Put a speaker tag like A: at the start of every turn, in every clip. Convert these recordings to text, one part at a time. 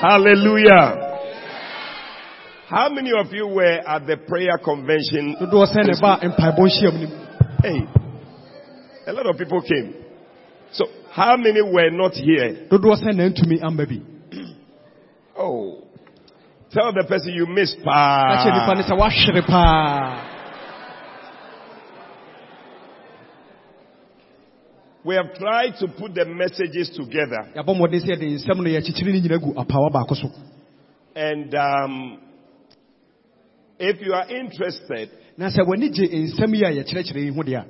A: Hallelujah. How many of you were at the prayer convention?
B: dodoɔ sɛ ne ba mpaebɔ nhyiam no mu
A: Hey, a lot of people came. So, how many were not here?
B: dodoɔ sɛ nantumi amma bi
A: Oh, tell the person you missed. Ah.
B: na kyerɛ nipa ne
A: Pa.
B: sɛ woahwere paa
A: We have tried to put the messages together,
B: yɛabɔ mmɔden sɛ yɛde nsɛm no yɛakyekyere no nyina gu apaawa baako so
A: and um, if you are interested,
B: na sɛ w'ani gye nsɛm yi a yɛkyerɛkyerɛ yi ho deɛ a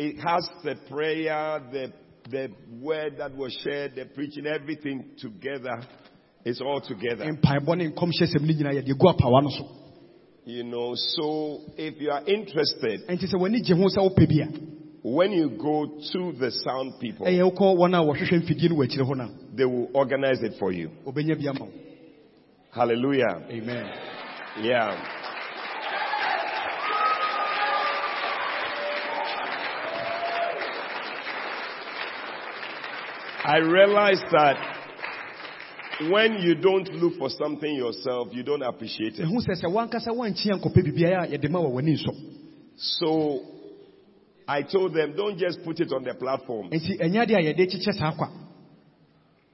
A: it has the prayer, the the word that was shared, the preaching, everything together. It's all together.
B: mpaebɔ ne nkɔmhyɛsɛm no nyinaa yɛde gu apaawa no so
A: You know, so if you are interested,
B: ɛnti sɛ w'ani gye ho sɛ wopɛ bi a
A: when you go to the sound people,
B: ɛyɛ wokɔ wɔn a wɔhwehwɛ mfidie no wɔakyire hɔ no a
A: they will organize it for you.
B: wɔbɛnya bi ama wo
A: Hallelujah.
B: amen
A: Yeah. I realize that when you don't look for something yourself, you don't appreciate it.
B: ɛho sɛ sɛ woankasa woankyia nkɔpɛ biribiara a yɛde ma wɔ w'ani nsɔ
A: So I told them, don't just put it on the platform.
B: Enti ɛnyɛ adeɛ a yɛde kyekyɛ saa kwa.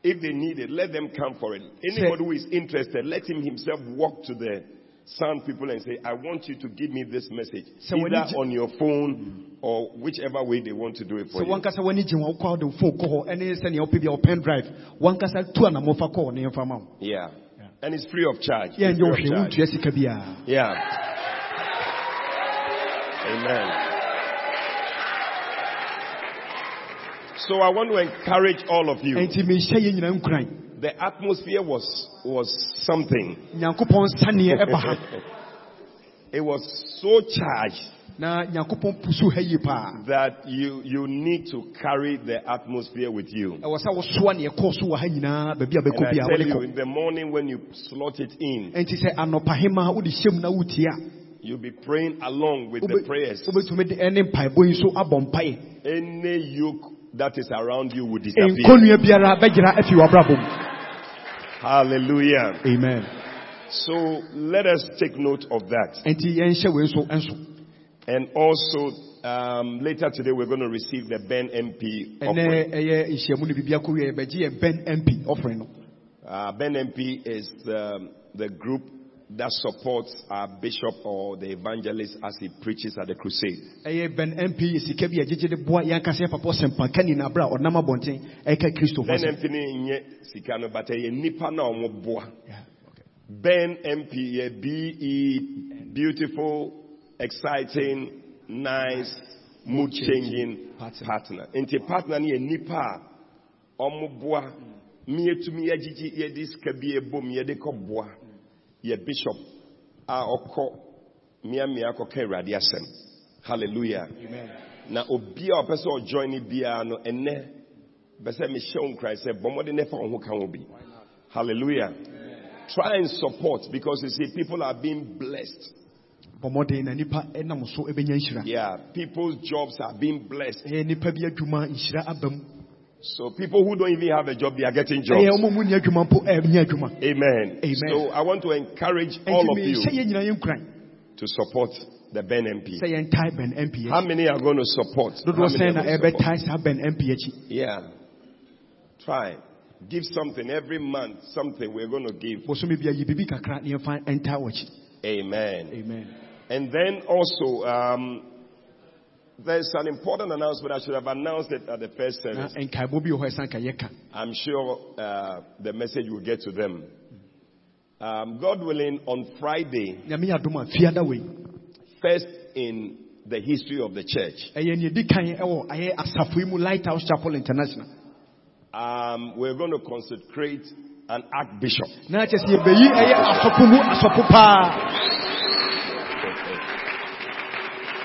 A: If they need it, let them come for it. Anybody who is interested, let him himself walk to the sound people and say, I want you to give me this message.
B: So when
A: either
B: you-
A: on your phone or whichever way they want to do it for
B: Sɛ
A: you.
B: wankasa w'ani gye wɔn wokɔ de fon kɔ hɔ ɛne sɛnea wopɛ bi a wɔ pen drive. Wankasa tu anammɔ fa kɔ ne yɛmfa ma wo.
A: Yeah. And it's free of charge. It's
B: Yɛnyɛ wo
A: free
B: hwee,
A: of charge.
B: wontua sika biara.
A: Yeah. Amen. So I want to encourage all of you.
B: Enti menhyɛ yɛn nyinaa nkuran.
A: The atmosphere was was something.
B: Nyankopɔn nsaneɛ ɛba ha.
A: It was so charged
B: Na Nyankopɔn pusu ha yie paa.
A: that you you need to carry the atmosphere with you.
B: Ɛwɔ sɛ wosoa neɛ ɛkɔɔ so wɔ ha nyinaa baabi a
A: And
B: bɛkɔ
A: I
B: biara,
A: tell
B: wode
A: you,
B: kɔ.
A: in the morning when you slot it in,
B: Enti sɛ anɔpahema wode hyɛm na wotie a,
A: you'll be praying along with the
B: wobe-
A: prayers.
B: wobɛtumi de ɛne mpaebɔ yi nso abɔ mpaeɛ.
A: Any yoke that is around you will disappear.
B: Nkɔnnua biara bɛgyera afi w'abrabɔ mu.
A: Hallelujah.
B: Amen.
A: So let us take note of that.
B: Enti yɛnhyɛ wei nso ɛnso.
A: And also, um, later today we're going to receive the Ben MP offering.
B: ɛnɛ ɛyɛ nhyiamu no biribi akɔwie bɛgye yɛ bɛn mp offering no
A: Uh, ben MP is the, the group that supports our bishop or the evangelist as he preaches at the crusade.
B: ɛyɛ bɛn mp yɛ sika bi a gyegye de boa yɛankasa yɛ papa sɛmpa ka nyina berɛ a ɔnam abɔnten ɛka kristo
A: Ben
B: hɔ sɛ
A: MP ni nye sikano but ɛyɛ nipa na ɔmo boa. Ben MP yɛ BE E, beautiful, exciting, nice, mood changing
B: Partner.
A: partner. Nti partner ni yɛ nipa a ɔmo boa. Mi etumi yɛgyegye yɛde sika bi ebom yɛde kɔ boa. Yɛ bishop a ɔkɔ miamia kɔka Awurade asɛm. Hallelujah. Na obi a ɔpɛ sɛ ɔjoin ni biara no ɛnɛ bɛ sɛ mehyɛ wo nkran sɛ bɔ mmɔden na ɛfa wo ho ka ho bi. Hallelujah. Try and support because you see people are being blessed.
B: bɔmmɔden na nipa ɛnam so ɛbɛnya nhyira
A: Yeah, people's jobs are being blessed.
B: ɛyɛ nipa bi adwuma nhyira aba mu
A: So people who don't even have a job, they are getting jobs.
B: ɛyɛ ɔmo mu ni adwuma mpo ɛnya adwuma
A: Amen.
B: Amen.
A: So I want to encourage all
B: ɛnti
A: of you
B: mehyɛ yɛ nyina yɛ nkuran
A: to support the Ben MP.
B: sɛ yɛntae bɛn mp
A: How
B: akyi
A: many are going to support? How
B: dodoɔ
A: many are
B: sɛn na
A: going to support?
B: ɛbɛtae saa bɛn mp akyi
A: Yeah. Try. Give something every month. Something we're going to give.
B: bosome bia yɛ biribi kakra ne yɛmfa ɛntae wɔ akyi
A: Amen.
B: amen
A: And then also, um, there's an important announcement. I should have announced it at the first
B: na
A: service.
B: nkaebɔ bi wɔ hɔ a ɛsan ka yɛka
A: I'm sure uh, the message will get to them. Um, God willing, on Friday,
B: nyame yɛ adom a fiada wei
A: first in the history of the church,
B: ɛyɛ nea ɛdi kan ɛwɔ ayɛ asafo yi mu lighthouse chapel international
A: um, we're going to consecrate an archbishop.
B: na kyerɛ sɛ yɛbɛyi ɛyɛ asɔpo mu asɔpo paa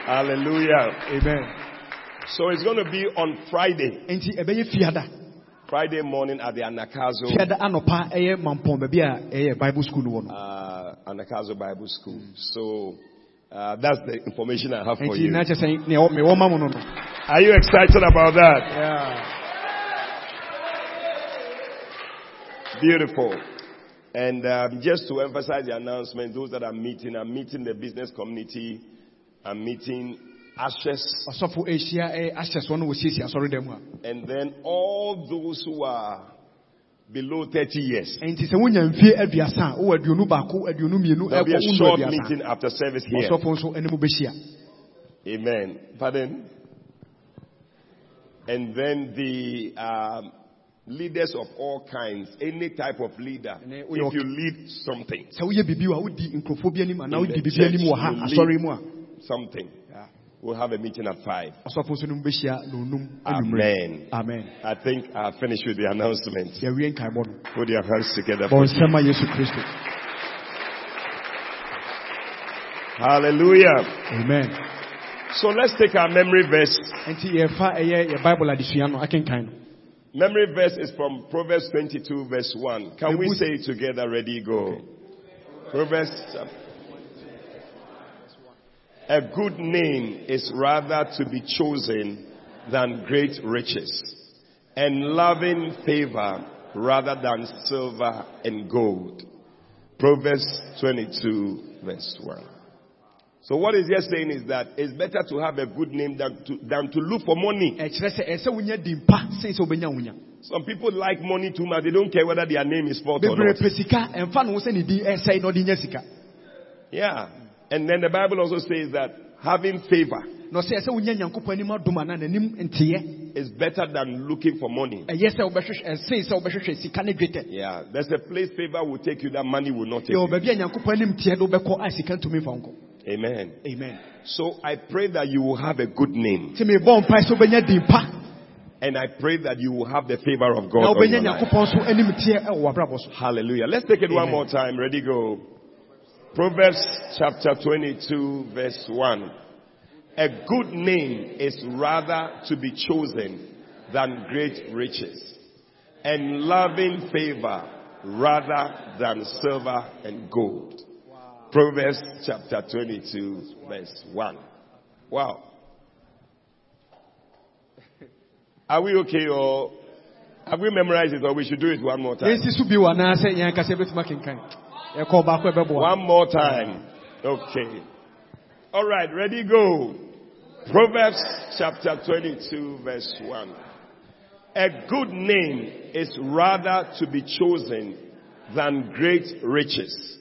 A: Hallelujah.
B: amen
A: So it's going to be on Friday,
B: enti ɛbɛyɛ fiada
A: Friday morning at the Anakazo,
B: fiada anɔpa ɛyɛ mampɔn baabi a ɛyɛ bible school wɔ no
A: uh, Anakazo Bible School. So uh, that's the information I have for
B: enti
A: you.
B: na kyerɛ sɛ nea ɛwɔ- mewɔ ma mo no no
A: Are you excited about that?
B: Yeah.
A: Beautiful. And um, just to emphasize the announcement, those that are meeting, I'm meeting the business community, I'm meeting Ashes,
B: ɔsɔfo ahyia ɛyɛ eh, ahyɛ soɔ no wɔsiesie asɔre dɛm a
A: and then all those who are below 30 years.
B: ɛnti sɛ wonya mfie aduasa a wowɔ aduonu baako aduonu mmienu
A: There'll be
B: ɛkɔ
A: a
B: wonu
A: short
B: aduasa
A: meeting after service
B: a,
A: here.
B: ɔsɔfo nso anim bɛhyia
A: Amen. Pardon? And then the um, leaders of all kinds, any type of leader,
B: And then we
A: if
B: okay.
A: you lead something,
B: sɛ woyɛ biribi a wodi nkurɔfoɔ bi anim anaa
A: In the
B: wodi biribi anim wɔ ha
A: church, you
B: asɔre mu a
A: something, we'll have a meeting at 5.
B: ɔsɔfo nso anim bɛhyia na onum anwummerɛ
A: Amen.
B: amen
A: I think I'll finish with the announcement.
B: yɛwie nkaebɔ no
A: Put your hands together. for-
B: bɔnsɛm a yesu kristo
A: Hallelujah.
B: amen
A: So let's take our memory verse.
B: nti yɛfa ɛyɛ yɛ bible adesua no akenkan no
A: Memory verse is from Proverbs 22, verse 1. Can we say it together? Ready, go. Proverbs. chap- A good name is rather to be chosen than great riches, and loving favor rather than silver and gold. Proverbs 22, verse 1. So, what is just saying is that it's better to have a good name than to, than to look for money.
B: ɛkyerɛ sɛ ɛsɛ wonya din pa sen sɛ wobɛnya wonya
A: Some people like money too much. They don't care whether their name is spelled or
B: bebree
A: not.
B: pɛ sika ɛmfa ne ho sɛ ne din ɛsɛe na ɔde nya sika
A: Yeah. And then the Bible also says that having favor
B: na ɔsɛ ɛsɛ wonya nyankopɔn anim adom anaa n'anim nteɛ
A: is better than looking for money.
B: ɛyɛ sɛ wobɛhwehwɛ ɛsɛe sɛ wobɛhwehwɛ sika ne dwetɛ
A: Yeah. There's a place favor will take you that money will not take
B: yɛwɔ
A: you.
B: baabi a nyankopɔn anim teɛ de wobɛkɔ a sika ntumi mfa wo nkɔ
A: Amen.
B: amen
A: So I pray that you will have a good name.
B: nti mebɔ mpae sɛ wobɛnya din pa
A: And I pray that you will have the favor of God.
B: na
A: On your
B: wobɛnya
A: life.
B: nyankopɔn so anim teɛ ɛwɔ wabrabɔ so
A: Hallelujah. Let's take it one
B: Amen.
A: more time. Ready, go. Proverbs chapter 22, verse 1. A good name is rather to be chosen than great riches, and loving favor rather than silver and gold. Proverbs chapter 22, verse 1. Wow. Are we okay or have we memorized it or we should do it one more time?
B: yɛnsi so bi wɔ anaa sɛ yɛn ankasa yɛbɛtumi akenkan yɛkɔ ɔbaako a ɛbɛboa
A: One more time. Okay. All right, ready, go. Proverbs chapter 22, verse 1. A good name is rather to be chosen than great riches,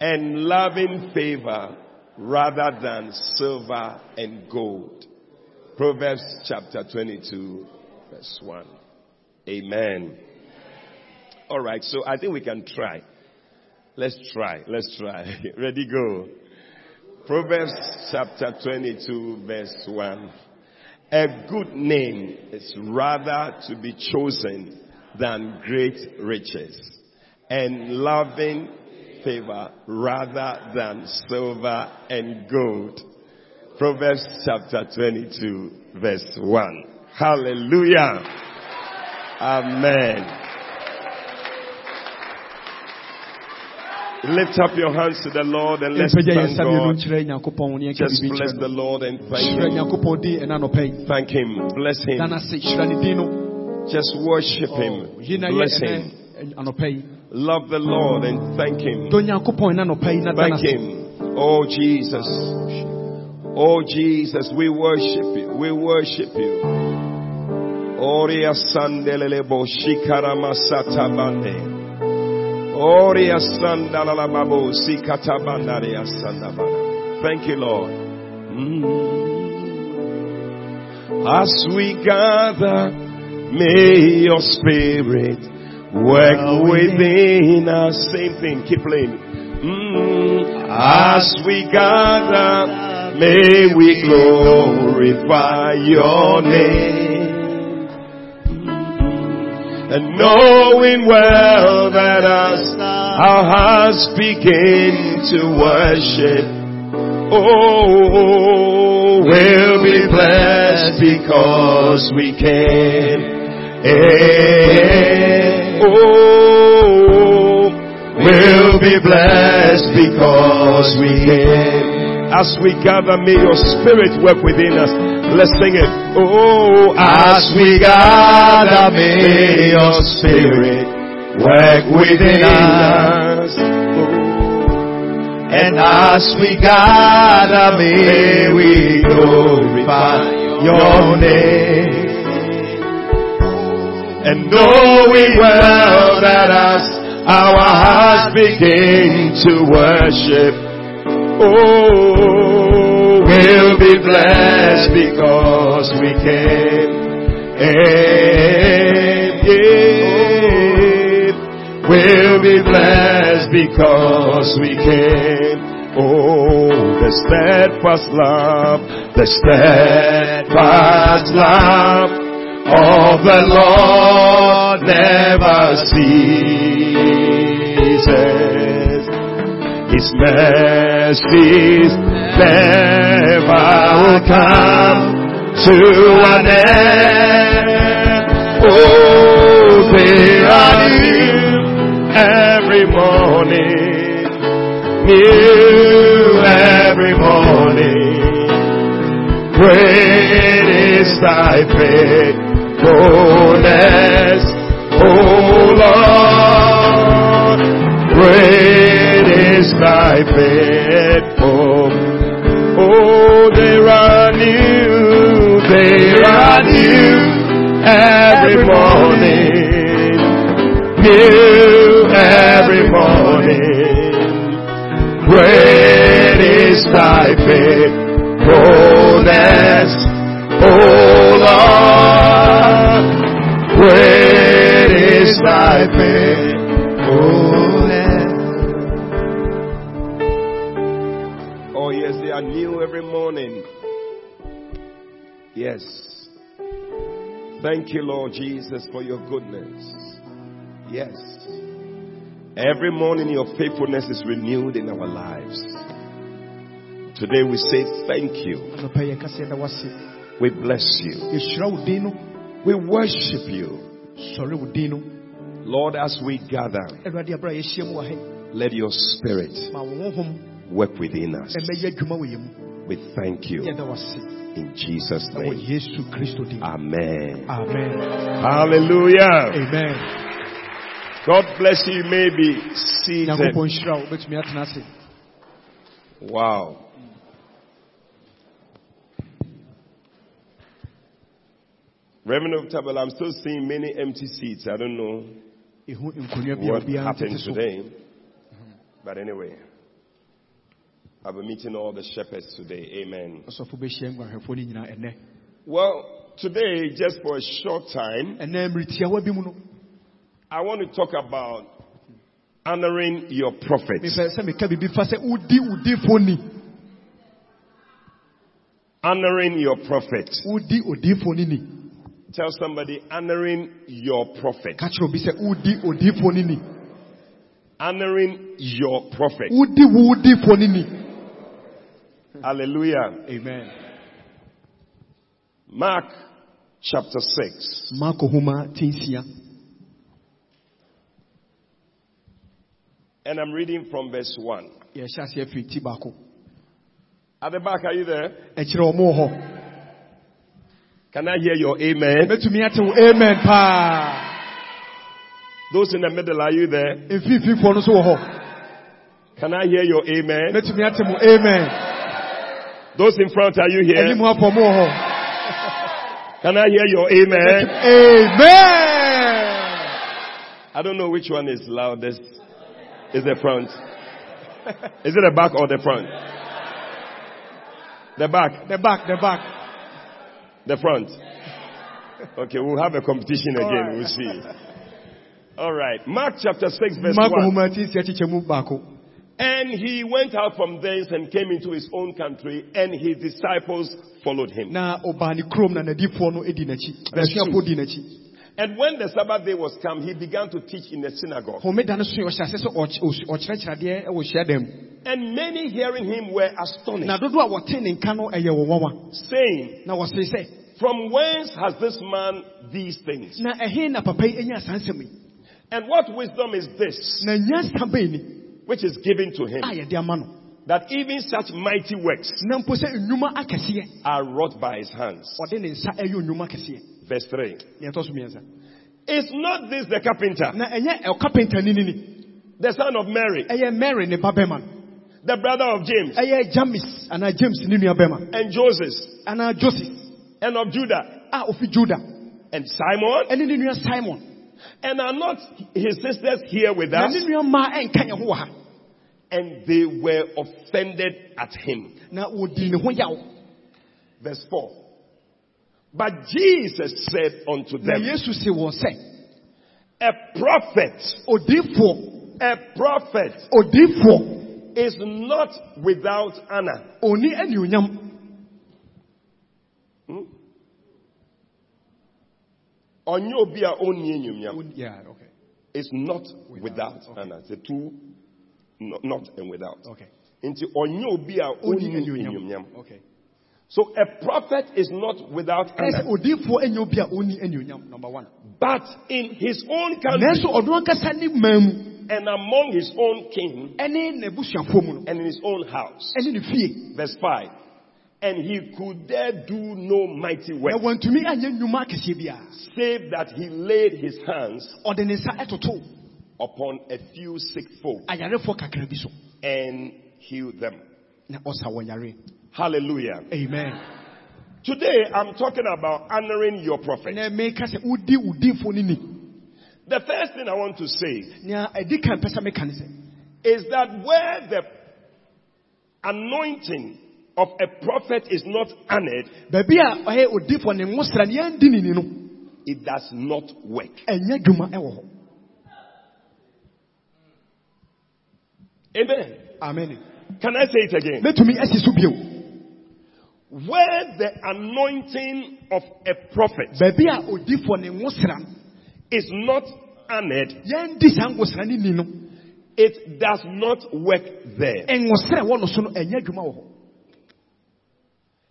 A: and loving favor rather than silver and gold. Proverbs chapter 22, verse 1. Amen. All right, so I think we can try. Let's try. Let's try. Ready, go. Proverbs chapter 22, verse 1. A good name is rather to be chosen than great riches, and loving favor rather than silver and gold. Proverbs chapter 22, verse 1. Hallelujah. Amen. Lift up your hands to the Lord and let's
B: yɛmpagya yɛn
A: thank
B: nsa mmienu
A: God.
B: nkyerɛ nyankopɔn wo ne yɛnka
A: Just
B: biribi
A: bless
B: nkyerɛ
A: the
B: no
A: Lord and thank
B: hyerɛ
A: Him.
B: nyankopɔn din ɛna nɔpa yi
A: Thank Him. Bless
B: da no
A: Him.
B: ase hyira ne din no
A: Just worship
B: Ɔ, yi
A: Him.
B: na
A: Bless
B: yɛ
A: Him.
B: ɛnɛ anɔpa yi
A: Love the Lord and thank Him.
B: dɔ nyankopɔn ɛna nɔpa yi na da no
A: Thank
B: ase
A: Him. Oh Jesus. Oh Jesus, we worship you. We worship you. Oria sandelele bo shikara masata bande. Oria sandalala babo sikata bandaria sandabara. Thank you, Lord. Mm. As we gather, may your spirit work within us. Same thing, keep playing. Mm. As we gather, may we glorify your name. And knowing well that us, our hearts begin to worship. Oh, we'll be blessed because we can. Eh, Oh, we'll be blessed because we can. As we gather, may your spirit work within us. Let's sing it. Oh, as we gather, may your spirit
C: work within us. And as we gather, may we glorify your name. And knowing well that as our hearts begin to worship, oh, we'll be blessed because we came. Amen. Yeah. We'll be blessed because we came. Oh, the steadfast love, the steadfast love of the Lord never ceases. His mercies never come to an end. Oh, they are new every morning, new every morning. Great is thy faithfulness, oh Lord. Great is thy faithfulness. Oh, they are new, they are new every morning, new every morning. Great is thy faithfulness, O Lord. Great is thy faithfulness.
A: Oh, yes, they are new every morning. Yes. Thank you, Lord Jesus, for your goodness. Yes. Every morning, your faithfulness is renewed in our lives. Today, we say thank you.
B: anɔpa yi, yɛka sɛ ɛda wase
A: We bless you.
B: yɛhyira wo din no
A: We worship you.
B: sɔre wo din no
A: Lord, as we gather,
B: awurade abrɛ a yɛahyia mu wɔ ha
A: let your spirit
B: yi, ma wo honhom
A: work within us.
B: ɛmmɛyɛ adwuma wɔ yɛ mu
A: We thank you
B: yɛda wase
A: in Jesus'
B: ɛwɔ
A: name.
B: yesu kristo din
A: Amen.
B: amen
A: Hallelujah.
B: amen
A: God bless you. You may be seated.
B: nyankopɔn nhyira wo wobɛtumi atena ase
A: Wow. Reverend of Tabal, I'm still seeing many empty seats. I don't know
B: ɛhu nkonnwa bi a
A: what
B: obiara
A: happened
B: ntete so
A: today. But anyway, I'll be meeting all the shepherds today. Amen.
B: ɔsɔfo bɛhyia nguanhwɛfoɔ no nyinaa ɛnɛ
A: Well, today, just for a short time,
B: ɛnɛ mmeretiawa bi mu no
A: I want to talk about honoring your prophets.
B: mepɛ sɛ meka biribi fa sɛ wodi wodifoɔ ni
A: Honoring your prophets.
B: wodi odiifoɔ no ni
A: Tell somebody, honoring your prophet.
B: ka kyerɛ obi sɛ wodi odiifoɔ no ni
A: Honoring your prophet.
B: wodi wo wodifoɔ no ni
A: Hallelujah.
B: amen
A: Mark chapter 6.
B: marko homa tinsia
A: And I'm reading from verse 1.
B: yɛhyɛ aseɛ firi ti baako
A: At the back, are you there?
B: ɛkyerɛ ɔmo wɔ hɔ
A: Can I hear your amen?
B: mɛtumi ate wo amen paa
A: Those in the middle, are you there?
B: mfimfinifoɔ no nso wɔ hɔ
A: Can I hear your amen?
B: mɛtumi ate mo amen
A: Those in front, are you here?
B: anim afɔ mo wɔ hɔ
A: Can I hear your amen?
B: amen
A: I don't know which one is loudest. Is the front? Is it the back or the front? The back,
B: the back the back
A: the front. Okay, we'll have a competition again. We'll see. All right. Mark chapter 6 verse
B: marko
A: 1.
B: homa tinsia kyekyɛ mu baako
A: And he went out from thence and came into his own country, and his disciples followed him.
B: na ɔbaa ne kurom na n'adifoɔ no di n'akyi bɛsuafoɔ di n'akyi
A: And when the Sabbath day was come, he began to teach in the synagogue.
B: homeda no so yɛ ɔhyɛ ase sɛ ɔky- ɔs- ɔkyerɛkyerɛ adeɛ wɔ hyiadan mu
A: And many hearing him were
B: na
A: astonished,
B: dodoɔ a wɔte ne nka no ɛyɛ wɔn nwanwa
A: saying,
B: na wɔse sɛ
A: From whence has this man these things?
B: na ɛhe na papa yi anya saa nsɛm yi
A: And what wisdom is this
B: na nyansa bɛn ni
A: which is given to him,
B: a yɛde ama no
A: that even such mighty works
B: na mpo sɛ nnwuma akɛseɛ
A: are wrought by his hands?
B: ɔde ne nsa ɛyɛ nnwuma akɛseɛ
A: Verse 3.
B: deɛ ɛtɔ so mmiɛnsa
A: Is not this the carpenter,
B: na ɛnyɛ ɔkapenta ni ni
A: the son of Mary,
B: ɛyɛ mary ne ba bɛma no
A: the brother of James
B: ɛyɛ james anaa james ne nua bɛma
A: and Joseph
B: anaa joseph
A: and of Judah
B: a ofi juda
A: and Simon?
B: ɛne ne nua simon
A: And are not his sisters here with
B: na
A: us?
B: ne nua mmaa ɛnka yɛ ho wɔ ha
A: And they were offended at him.
B: na wodii ne ho yaw
A: Verse 4. But Jesus said unto
B: na
A: them,
B: yesu se wɔn sɛ
A: A prophet,
B: odiifoɔ
A: a prophet
B: odiifoɔ
A: is not without honor.
B: oni anuonyam
A: Ɔnyɛ obi a ɔnni enyimnyam.
B: Oni- yeah, okay,
A: It's not without
B: okay.
A: honor. The two, no- not and without.
B: okay.
A: Nti ɔnyɛ obi a
B: Oni
A: ɔnni enyimnyam.
B: anuonyam. Okay.
A: So a prophet is not without
B: Ɛsɛ
A: honor,
B: odiifoɔ ɛnyɛ obi a oni anuonyam number one.
A: but in his own country
B: nanso ɔno ankasa ne maa mu
A: and among his own kin
B: ɛne n'abusuafoɔ mu no
A: and in his own house.
B: ɛne ne fie
A: Verse 5. And he could there do no mighty work,
B: na wantumi anyɛ nnwuma akɛseɛ biara
A: save that he laid his hands
B: ɔde ne nsa ɛtoto
A: upon a few sick folk
B: ayarefoɔ kakra bi so
A: and healed them.
B: na ɔsa wɔn yare
A: Hallelujah.
B: amen
A: Today I'm talking about honoring your prophet.
B: ɛnɛ meka sɛ wodi wodiifoɔ no ni
A: The first thing I want to say
B: nea ɛdi kan pɛ sɛ meka ne sɛ
A: is that where the anointing of a prophet is not honored,
B: baabi a ɔyɛ odiifoɔ ne nwosra ne yɛndi ne ni no
A: it does not work.
B: ɛnyɛ dwuma ɛwɔ hɔ
A: Amen.
B: amen
A: Can I say it again?
B: mɛtumi asi so bio
A: Where the anointing of a prophet
B: baabi a odiifoɔ ne nwosra
A: is not honored,
B: yɛndi saa nwosra ne ni no
A: it does not work there.
B: ɛnwosra a ɛwɔ no so no ɛnyɛ dwuma wɔ hɔ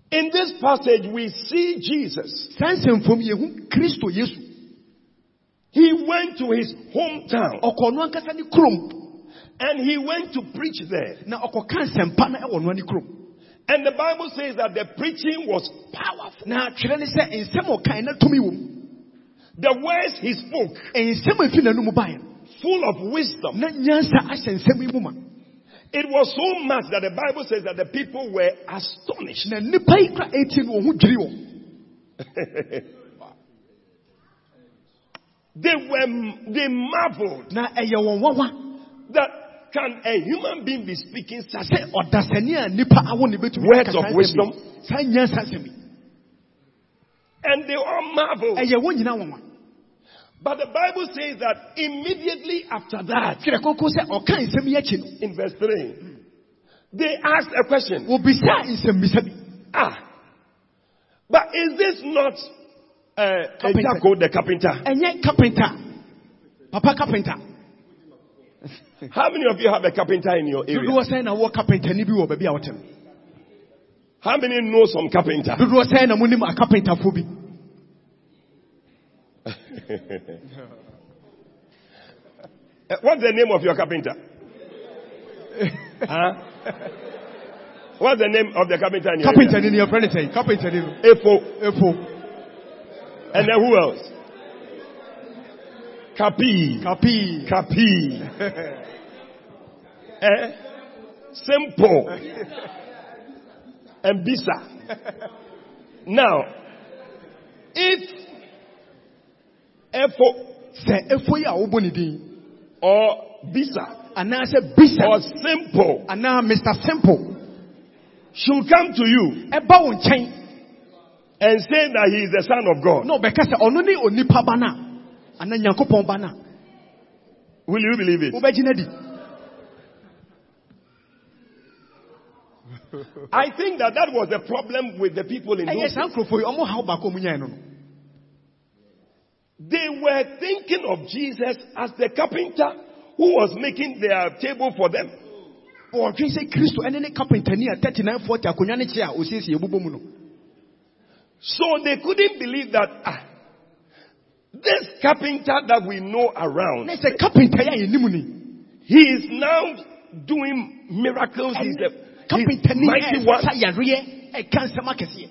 A: In this passage, we see Jesus.
B: saa nsɛmfom yɛhu kristo yesu
A: He went to his hometown
B: ɔkɔ no ankasa ne kurom
A: and he went to preach there.
B: na ɔkɔka nsɛmpa no ɛwɔ no ani kurom
A: And the Bible says that the preaching was powerful.
B: na twerɛ ne sɛ nsɛm a ɔkae na tumi wɔ mu
A: The words he spoke,
B: nsɛm a ɛfiri n'anom baeɛ no
A: full of wisdom.
B: na nyansa ahyɛ nsɛm yi mu ma
A: It was so much that the Bible says that the people were astonished.
B: na nnipa yi kora ɛtie no wɔn ho dwiri wɔ
A: They were, they marveled
B: na ɛyɛ wɔn wawa
A: that can a human being be speaking such
B: sɛ ɔdasani a nnipa awo ne bɛtumi
A: Words
B: aka
A: of
B: saa
A: wisdom.
B: nsɛm yi. saa nyansa asɛm yi
A: And they all marveled.
B: ɛyɛ wɔn nyinaa wawa
A: But the Bible says that immediately after that,
B: twerɛ kɔnkɔn sɛ ɔka nsɛm yi akyi no
A: in verse 3, they asked a question.
B: wɔbisa nsɛmbisa bi
A: Ah, but is this not uh,
B: Carpenter.
A: Jacob the carpenter?
B: ɛnyɛ kapenta papa kapenta
A: How many of you have a carpenter in your area?
B: dodoɔ sɛn na wɔ kapentani bi wɔ baabi a wɔte no
A: How many know some carpenter?
B: dodoɔ sɛn na monim akapentafoɔ bi
A: Uh, What's the name of your carpenter? huh? What's the name of the carpenter in your
B: carpenter
A: area?
B: ni ni your friend say carpenter ni no
A: Efo.
B: efo
A: And then who else? Kapi.
B: kapi
A: Kapi. eh? Simple. And Bisa. Now, if Efo
B: sɛ efo yi a wobɔ ne din
A: or Bisa
B: anaasɛ bishop
A: or Simple
B: anaa mr simple
A: should come to you
B: ɛba wo nkyɛn
A: and say that he is the son of God,
B: na ɔbɛka sɛ ɔno ne onipa ba na anaa nyankopɔn ba na
A: will you believe it?
B: wobɛgyina di
A: I think that that was the problem with the people in
B: ɛyɛ
A: those.
B: saa nkurɔfoɔ yi ɔmo haw baako ɔmo nyaɛ no no
A: They were thinking of Jesus as the carpenter who was making their table for them.
B: wɔdwen sɛ kristo ɛne ne carpenter ni a thirty nine forty akonnwa ne kyɛ a osiesie ebobɔ mu no
A: So they couldn't believe that ah, this carpenter that we know around,
B: na sɛ carpenter yi a yɛnim ni
A: he is now doing miracles. He's a he's
B: carpenter ni
A: mighty one.
B: ɛsa yareɛ ɛka nsɛm akɛseɛ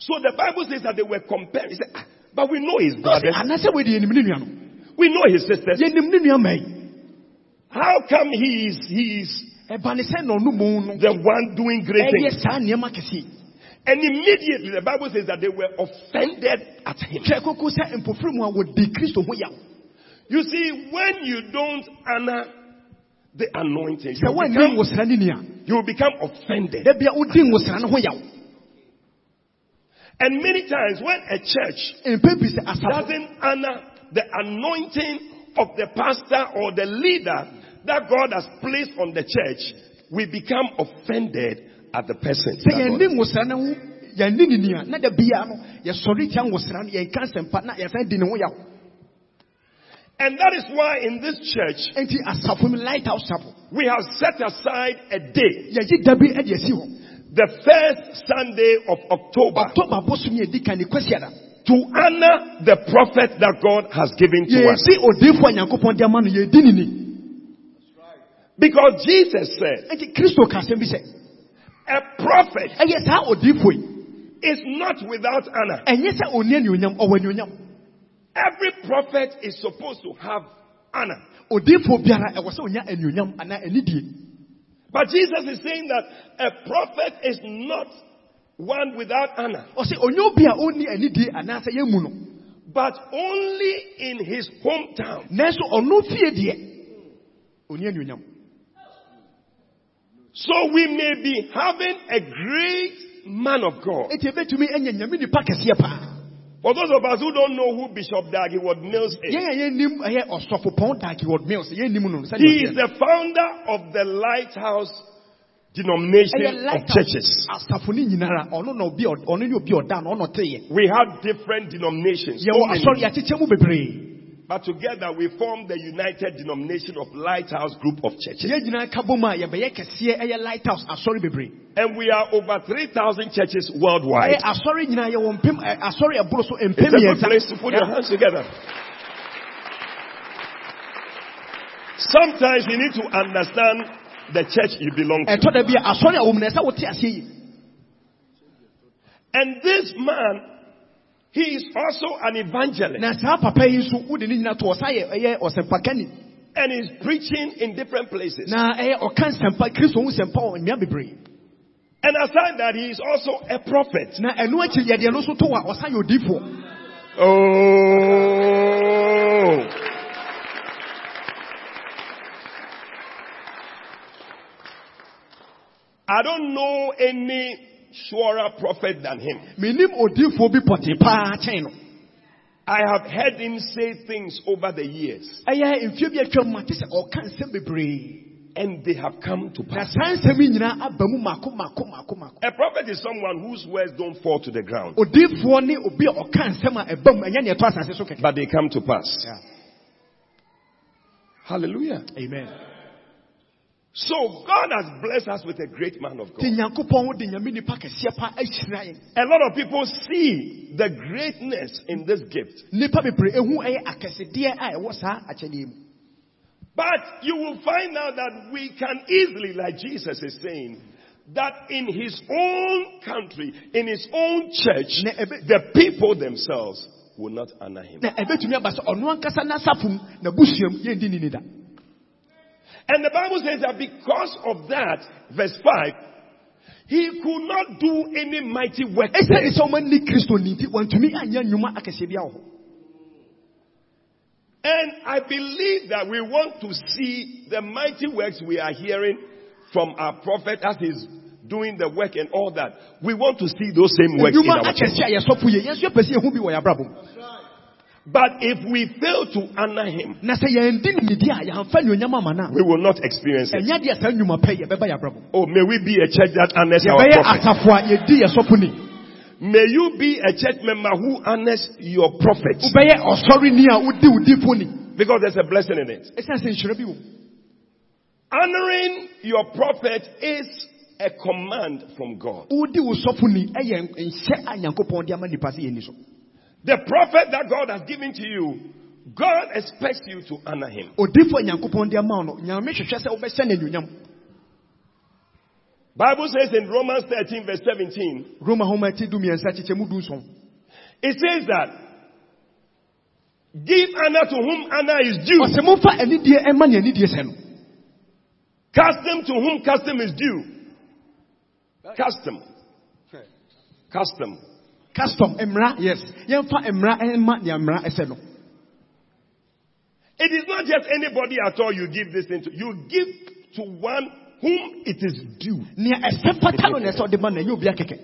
A: So the Bible says that they were comparing. He said, ah, But we know his brothers.
B: anaasɛ wei deɛ yɛnim ne nua no
A: We know his sisters.
B: yɛnim ne nua mɛn
A: How come he is, he is
B: ɛba ne sɛ na ɔno mu no
A: the one doing great things?
B: ɛyɛ saa nneɛma kɛseɛ
A: And immediately the Bible says that they were offended at him.
B: hwɛ koko sɛ mpofiri mu a wɔdi kristo ho yaw
A: You see, when you don't honor the anointing, you
B: sɛ
A: will
B: woanni
A: become,
B: nwosra ne ni a
A: you will become offended.
B: da bia wodi nwosra no ho yaw
A: And many times when a church
B: mpɛ bi sɛ asafo
A: doesn't honor the anointing of the pastor or the leader that God has placed on the church, we become offended at the person.
B: sɛ
A: that God
B: yɛnni nwosra no ho yɛnni ne ni a na da bia no yɛsɔre tia nwosra no yɛnka nsɛmpa na yɛsan di ne ho yaw
A: And that is why in this church,
B: enti asafo mu lighthouse chapel
A: we have set aside a day,
B: yɛgye da bi ɛde asi hɔ
A: the first Sunday of October,
B: october bosom yɛdi ka ne kwasiada
A: to honor the prophet that God has given to us.
B: yɛdi odiifoɔ a nyankopɔn de ama no yɛdi ne ni
A: Because Jesus said,
B: enti kristo ka asɛm bi sɛ
A: a prophet
B: ɛyɛ saa odiifoɔ yi
A: is not without honor.
B: ɛnyɛ sɛ onni anuonyam ɔwɔ anuonyam
A: Every prophet is supposed to have honor.
B: odiifoɔ biara ɛwɔ sɛ onya anuonyam anaa anidie
A: But Jesus is saying that a prophet is not one without honor,
B: ɔsɛ onya obi a onni anidie anaasɛ yɛmu no
A: but only in his hometown.
B: nanso ɔno fie deɛ onni anuonyam
A: So we may be having a great man of God.
B: enti ebetumi anya nyame nipa kɛseɛ paa
A: For those of us who don't know who Bishop Dagwood Mills is,
B: yɛn a yɛnim ɛyɛ ɔsɔfo pɔn dakiwɔd mills yɛnim no
A: he is
B: sɛdeɛ
A: the founder of the Lighthouse
B: ɛyɛ
A: denomination of
B: lighthouse
A: churches.
B: asafo no nyinara ɔno na obi a ɔd- ɔno ne obi a ɔda no ɔno teyɛ
A: We have different denominations, so
B: yɛwɔ
A: many.
B: asɔre akyekyɛ mu bebree
A: but together we form the United Denomination of Lighthouse Group of Churches.
B: yɛn nyinaa ka bom a yɛbɛyɛ kɛseɛ ɛyɛ lighthouse asɔre bebree
A: And we are over 3,000 churches
B: ɛyɛ
A: worldwide.
B: asɔre nyinaa yɛwɔ mpem ɛ, asɔre ɛboro so
A: It's a
B: mpem
A: good place to put your
B: mmiɛnsa
A: hands together. Sometimes you need to understand the church you belong to.
B: ɛtɔ da bi a asɔre a wɔm na ɛsɛ wote aseɛ yi
A: And this man, he is also an evangelist.
B: na saa papa yi nso wode ne nyina to ɔsa yɛ ɛyɛ ɔsɛmpakani
A: and is preaching in different places.
B: na ɛyɛ ɔka nsɛmpa kristo ho nsɛmpa wɔ mmea bebree
A: and aside that, he is also a prophet.
B: na ɛno akyi yɛdeɛ no so to a ɔsa yɛ odiifoɔ
A: Oh. I don't know any surer prophet than him.
B: menim odiifoɔ bi pɔtee paa kyɛn no
A: I have heard him say things over the years,
B: ɛyɛ mfie bi atwa mu ate sɛ ɔka nsɛm bebree
A: and they have come to
B: na
A: pass.
B: saa nsɛm yi nyinaa aba mu maako maako maako maako
A: A prophet is someone whose words don't fall to the ground,
B: odiifoɔ ne obi a ɔka nsɛm a ɛba mu ɛnyɛ nea ɛtɔ asase so kɛkɛ
A: but they come to pass.
B: Yeah.
A: Hallelujah.
B: amen
A: So God has blessed us with a great man of God.
B: te nyankopɔn wode nyame nipa kɛseɛ pa ahyira yɛn
A: A lot of people see the greatness in this gift,
B: nipa bebree ehu ɛyɛ akɛsedeɛ a ɛwɔ saa akyɛdeɛ mu
A: but you will find out that we can easily, like Jesus is saying, that in his own country, in his own church,
B: Ne- ebe-
A: the people themselves will not honor him.
B: na ɛbɛtumi aba sɛ ɔno ankasa n'asafom na busuam yɛndi ni ni da
A: And the Bible says that because of that, verse 5, he could not do any mighty work. there.
B: ɛsiane sɛ ɔma nni kristo ni nti wantumi anyɛ nnwuma akɛseɛ bi awɔ hɔ
A: And I believe that we want to see the mighty works we are hearing from our prophet as he's doing the work and all that. We want to see those same works in
B: nnwuma
A: our church.
B: akɛseɛ a yɛsɔfo yɛ yɛnso yɛpɛ sɛ yɛhu bi wɔ yɛabrabɔ mu
A: But if we fail to honor him,
B: na sɛ yɛndi nimidi a yɛamfa nnuonyam ama no
A: we will not experience
B: a
A: it.
B: ɛnyɛ deɛ saa nnwuma pɛ yɛbɛba yɛabrabɔ mu.
A: Oh, may we be a church that honors our
B: yɛbɛyɛ
A: prophet.
B: asafo a yɛdi yɛsɔfo ni
A: May you be a church member who honors your prophet.
B: wobɛyɛ ɔsɔre ni a wodi wodifo ni
A: Because there's a blessing in it.
B: ɛsiane sɛ nhyira bi wɔ mu.
A: Honoring your prophet is a command from God.
B: wodi wo sɔfo ni ɛyɛ nhyɛ a nyankopɔn de ama nipa sɛ yɛni so
A: The prophet that God has given to you, God expects you to honor him.
B: odifo a nyankopɔn de ama wo no nyame hwehwɛ sɛ wobɛhyɛ no anuonyam
A: Bible says in Romans 13 verse 17,
B: roma homa ti du mmiɛnsa kyekyɛ mu du nson
A: it says that Give honor to whom honor is due.
B: ɔsɛ momfa anidie ɛma ne anidie sɛ no
A: Custom to whom custom is due. Custom. Custom.
B: custom mmara yes yɛmfa mmara ɛma nea mmara ɛsɛ no
A: It is not just anybody at all you give this into. You give to one whom it is due.
B: nea ɛsɛ pata no na ɛsɛ ɔde ma no ɛnyɛ obi akɛkɛ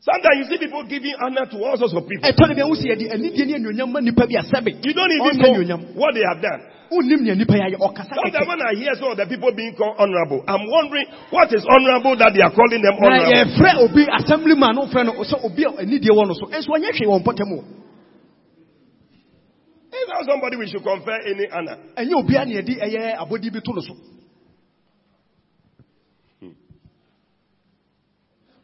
A: Sometimes you see people giving honor to all sorts of people.
B: ɛtɔ no bia wo sɛ yɛde anidie ne anuonyam ma nnipa bi asɛbe
A: You don't even
B: Ɔnsɛ
A: know
B: anuonyam
A: what they have done.
B: wonnim nea nnipa yɛ ayɛ ɔkasa
A: Sometimes
B: kɛkɛ
A: when I hear some of the people being called honorable, I'm wondering what is honorable that they are calling them
B: na
A: honorable.
B: yɛfrɛ obi assembly man no wofrɛ no sɛ obi a anidie wɔ no so ɛnso ɔnyɛ hwee wɔ mpɔtam o
A: If not somebody we should confer any honor.
B: ɛnyɛ obia ne yɛde ɛyɛ abɔdi bi to no so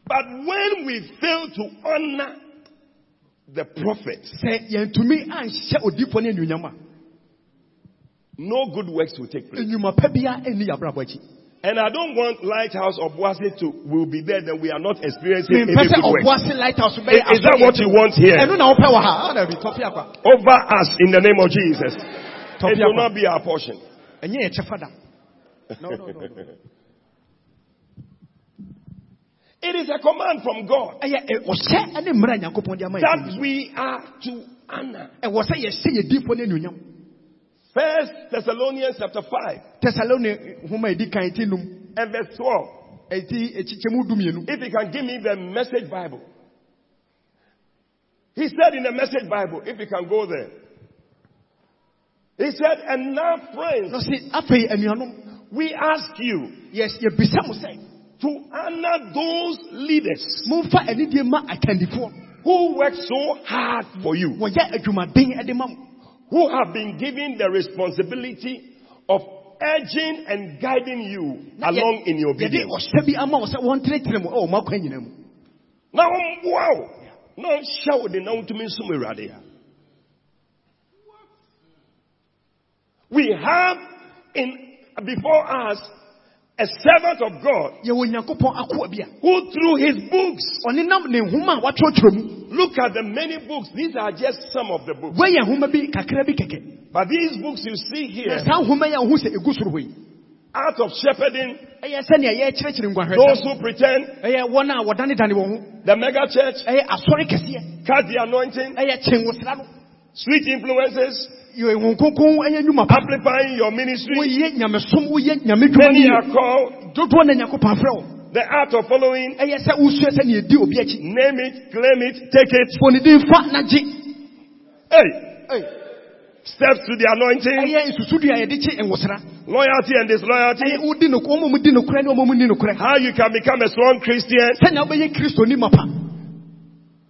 A: But when we fail to honor the prophets,
B: sɛ yɛntumi anhyɛ odiyifoɔ no anuonyam a
A: no good works will take place.
B: nnwuma pa biara ɛnni yɛabrabɔ akyi
A: And I don't want Lighthouse of Boise to will be there that we are not experiencing any
B: mempɛ sɛ
A: good works.
B: ɔboase lighthouse
A: I- Is,
B: bɛyɛ
A: that what you want here?
B: ɛno na wopɛ wɔ ha ana bitɔfe akwa
A: Over us in the name of Jesus. It
B: Topic
A: will
B: one.
A: not be our portion.
B: ɛnyɛ yɛ kyɛfa da No, no, no, no.
A: It is a command from God
B: ɛyɛ ɛ- ɔhyɛ ne mmara a nyankopɔn de ama yɛ
A: that we are to honor.
B: ɛwɔ sɛ yɛhyɛ yɛdiyifoɔ no anuonyam
A: First Thessalonians chapter 5
B: tesalone homa a ɛdi kan ti num
A: and verse 12.
B: ɛti ɛkyikyɛmu dumienu
A: If you can give me the message Bible. He said in the message Bible, if you can go there. He said, and now
B: na
A: friends,
B: ɔse afei anuanom
A: we ask you
B: yɛs- yɛbisa mo sɛ
A: to honor those leaders
B: momfa anidie ma akandifoɔ
A: who work so hard for you,
B: wɔyɛ adwumaden de ma mo
A: who have been given the responsibility of urging and guiding you
B: Na yɛ-
A: along in your
B: yɛde
A: obedience.
B: ɔhyɛ bi ama wo sɛ wɔntenetene mo ɛwɔ mo akwan nyinaa mu
A: Now, wow. Now, show the now to me somewhere there. We have in before us a servant of God
B: yɛwɔ nyankopɔn akoa bi a
A: who, through his books,
B: ɔne nam ne nhoma a watwerɛtwerɛ mu
A: look at the many books. These are just some of the books.
B: woayɛ nhoma bi kakra bi kɛkɛ
A: But these books you see
B: na
A: here,
B: saa nhoma yi a wohu sɛ ɛgu soro hɔ yi
A: out of shepherding,
B: ɛyɛ sɛnea yɛkyerɛkyerɛ
A: those
B: nguahwɛ
A: who pretend
B: ɛyɛ wɔn a wɔdanedane wɔn ho
A: the mega church,
B: ɛyɛ asɔre kɛseɛ
A: cut the anointing,
B: ɛyɛ kyen wo sra no
A: sweet influences,
B: yɛ wɔn konkon ɛyɛ nnwuma pa
A: amplifying your ministry.
B: woyɛ nyamesom woyɛ nyame dwuma no
A: Many
B: yie
A: are called
B: dodoɔ na nyankopɔn afrɛ wo
A: the art of following.
B: ɛyɛ sɛ wosua sɛnea ɛdi obi akyi
A: Name it, claim it, take it.
B: fo ne din fa na gye
A: Hey,
B: Ɛy,
A: steps to the anointing,
B: ɛyɛ nsusudua a yɛde kye nwosra
A: loyalty and
B: ɛyɛ
A: disloyalty,
B: wodi no wɔn mu di nokorɛ ne wɔn mu ni nokorɛ
A: how you can become a strong Christian,
B: sɛnea wobɛyɛ kristoni mapa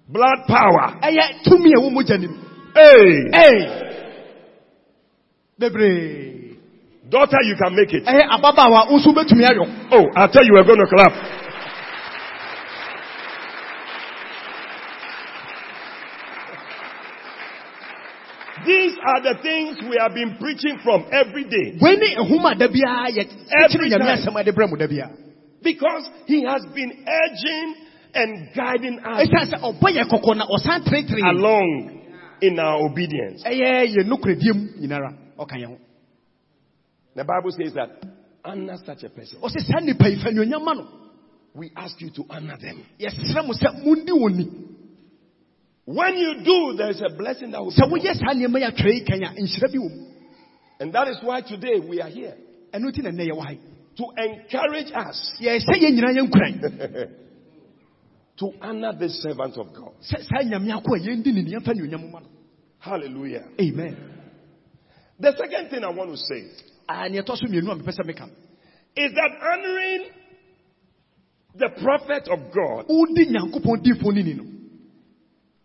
A: blood power.
B: ɛyɛ tumi a ɛwɔ mogya nim
A: Hey,
B: ɛy bebree
A: daughter, you can make it.
B: ɛyɛ ababaawa wo nso wobɛtumi ayɔ
A: Oh, I thought you were going to clap. These are the things we have been preaching from every day
B: wei ne ɛhoma a da biara yɛkyerɛ
A: Every
B: nyame
A: time.
B: asɛm a ɛde brɛ mo da biara
A: because he has been urging and guiding us
B: ɛsiane sɛ ɔbɔ yɛ kɔkɔ na ɔsan teretere
A: along in our obedience.
B: ɛyɛ yɛ nokorɛdie mu nyinara ɔka yɛ ho
A: The Bible says that honor such a person.
B: ɔsɛ saa nnipa yi fa nnuonyam ma no
A: We ask you to honor them.
B: yɛsrɛ mo sɛ mondi wɔ ni
A: When you do, there is a blessing that will
B: sɛ
A: be.
B: woyɛ saa nneɛma yɛ atwerɛ yi kan a nhyira bi wɔ mu
A: And that is why today we are here
B: ɛno nti na nnɛ yɛwɔ ha yi
A: to encourage us
B: yɛsɛ yɛn nyinaa yɛnkuran
A: to honor the servant of God.
B: sɛ saa nyame ako a yɛndi ne ni yɛmfa nnuonyam ma no
A: Hallelujah.
B: amen
A: The second thing I want to say
B: Ah, nea ɛtɔ so mmienu a mepɛ sɛ meka no
A: is that honoring the prophet of God
B: wodi nyankopɔn difoɔ no ni no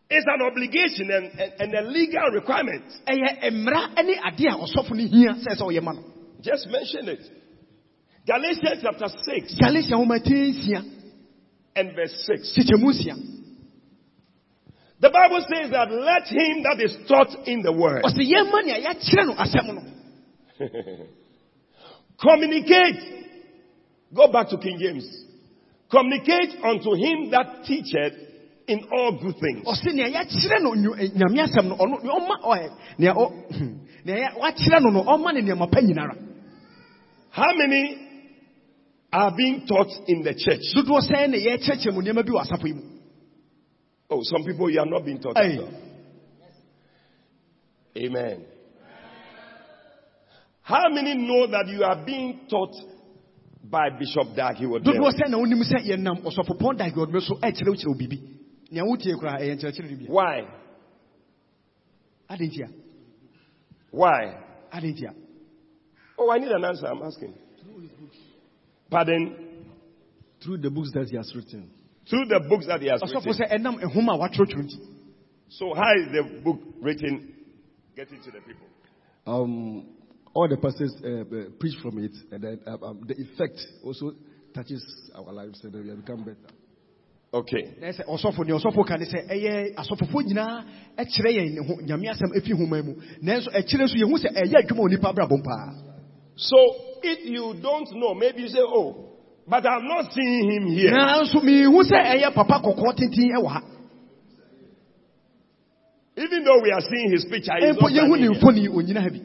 A: is an obligation and, and, and a legal requirement.
B: ɛyɛ mmara ne adeɛ a ɔsɔfo no hia sɛ sɛ ɔyɛ ma no
A: Just mention it. Galatians chapter 6
B: galatia homa tiri nsia
A: and verse 6.
B: kyekyɛmu nsia
A: The Bible says that let him that is taught in the word
B: ɔsɛ yɛma nea yɛakyerɛ no asɛm no
A: Communicate. Go back to King James. Communicate unto him that teacheth in all good things.
B: ɔsi nea yɛakyerɛ no nyu- eh, nyame asɛm no ɔno nea ɔma ɔyɛ nea ɔ nea yɛ- wakyerɛ no no ɔma ne nneɛma pa nyinara
A: How many are being taught in the church?
B: dodoɔ sɛɛ na yɛkyerɛkyerɛ mu nneɛma bi wɔ asafo yi mu
A: Oh, some people you are not being taught.
B: Hey.
A: at all. Amen. How many know that you are being taught by Bishop Dagi
B: dodoɔ
A: Wadem?
B: sɛ na wonim sɛ yɛnam ɔsɔfopɔn dagɔdome so ɛkyerɛwkyerɛ wo biribi nea wotie koraa ɛyɛ nkyerɛkyerɛ no bia
A: Why?
B: ade ntia
A: Why?
B: ade ntia
A: Oh, I need an answer. I'm asking. Pardon?
D: through the books that he has written.
A: Through the books that he has
B: ɔsɔfo
A: written.
B: sɛ ɛnam ɛhom a watwerɛtwerɛ nti
A: So how is the book written? Get it to the people.
D: Um, all the pastors uh, uh, preach from it, and then um, um, the effect also touches our lives, and then we have become better.
A: Okay.
B: na sɛ ɔsɔfo nea ɔsɔfo ka ne sɛ ɛyɛ asɔfofoɔ nyinaa ɛkyerɛ yɛn ne ho nyame asɛm ɛfi homa mu nanso ɛkyerɛ nso yɛhu sɛ ɛyɛ adwuma wɔ nnipa brabɔ mu paa
A: So if you don't know, maybe you say, oh, but I'm not seeing him here.
B: nanso mihu sɛ ɛyɛ papa kɔkɔɔ tenten ɛwɔ ha
A: Even though we are seeing his picture, he's
B: mpo
A: not
B: yɛhu ne
A: standing here.
B: mfoni onyina ha bi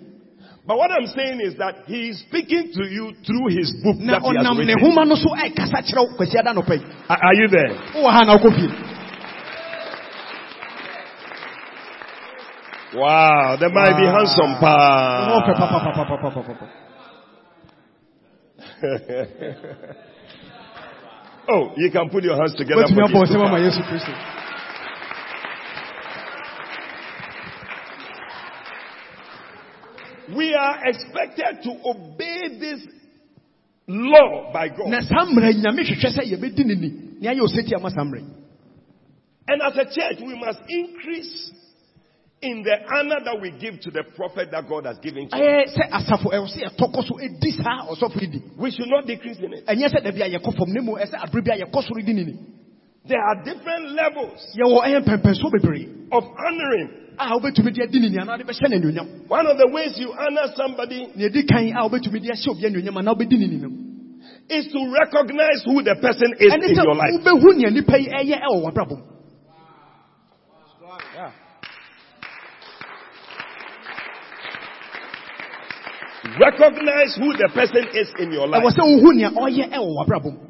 A: But what I'm saying is that he is speaking to you through his book that
B: na
A: he has
B: ɔnam ne
A: written.
B: homa no so ɛkasa kyerɛ wo kwasi ada nɔpa yi
A: Are are you there?
B: wowɔ ha na wokɔ fie
A: Wow, that might be handsome, pa.
B: wɔpɛ papapapapapapa
A: Oh, you can put your hands together.
B: watumi
A: for
B: abɔ
A: this
B: nsɛm ama
A: pa.
B: yesu kristo
A: We are expected to obey this law by God.
B: na saa mmerɛ yi, nyame hwehwɛ sɛ yɛbɛdi ne ni ne ayɛ osɛti ama saa mmerɛ yi.
A: And as a church, we must increase in the honor that we give to the prophet that God has given to us.
B: ɛyɛ sɛ asafo ɛwɔ sɛ yɛtɔkɔ so ɛdi saa ɔsɔfo yi di
A: We should not decrease in it.
B: ɛnyɛ sɛ dabi a yɛkɔ fam ne mu ɛsɛ abere bi a yɛkɔ soro di ne ni
A: There are different levels
B: yɛwɔ ɛyɛ mpɛmpɛnsoɔ bebree
A: of honoring.
B: a wobɛtumi de adi ne ni anaa de bɛhyɛ no anuonyam
A: One of the ways you honor somebody
B: nea ɛdi kan a wobɛtumi de ahyɛ obi anuonyam anaa wobɛdi ne ni no
A: is to recognize who the person is
B: ɛne
A: in
B: sɛ
A: your life.
B: wobɛhu nea nnipa yi ɛyɛ ɛwɔ wabrabɔ mu
A: Recognize who the person is in your life.
B: ɛwɔ sɛ wohu nea ɔyɛ ɛwɔ wabrabɔ mu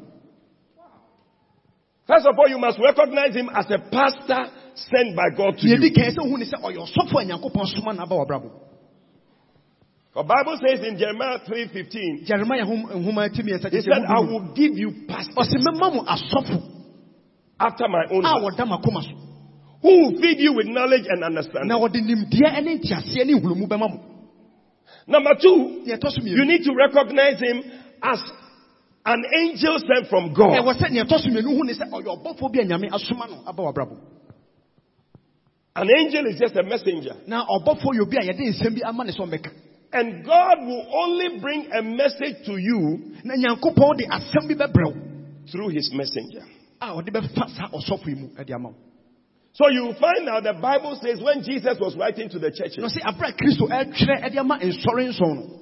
A: First of all, you must recognize him as a pastor sent by God to
B: nea
A: you.
B: ɛdi kan sɛ wohu ne sɛ ɔyɛ ɔsɔfo a nyankopɔn soma no aba wabrabɔ mu
A: The Bible says in Jeremiah 3:15,
B: jeremia nhoma timi ɛsɛ
A: he said,
B: kyerɛ sɛ
A: I
B: wohu no.
A: will give you pastors
B: ɔse mɛma mo asɔfo
A: after my own
B: a
A: heart,
B: wɔda makoma so
A: who will feed you with knowledge and
B: na
A: understanding.
B: wɔde nimdeɛ ne nteaseɛ ne nhunumu bɛma mo
A: Number two,
B: nea ɛtɔ so mmienu
A: you need to recognize him as an angel sent from
B: ɛwɔ
A: God.
B: sɛ nea ɛtɔ so mmienu hu ne sɛ ɔyɛ ɔbɔfoɔ bi a nyame asoma no aba wabrabɔ
A: An angel is just a messenger.
B: na ɔbɔfoɔ yɛ obi a yɛde nsɛm bi ama ne sɛ ɔmmɛka
A: And God will only bring a message to you
B: na nyankopɔn de asɛm bi bɛbrɛ wo
A: through his messenger.
B: a ɔde bɛfa saa ɔsɔfo yi mu ɛde ama wo
A: So you find out the Bible says when Jesus was writing to the
B: na
A: churches,
B: ɔse abra kristo ɛtwerɛ ɛde ama nsɔre nson no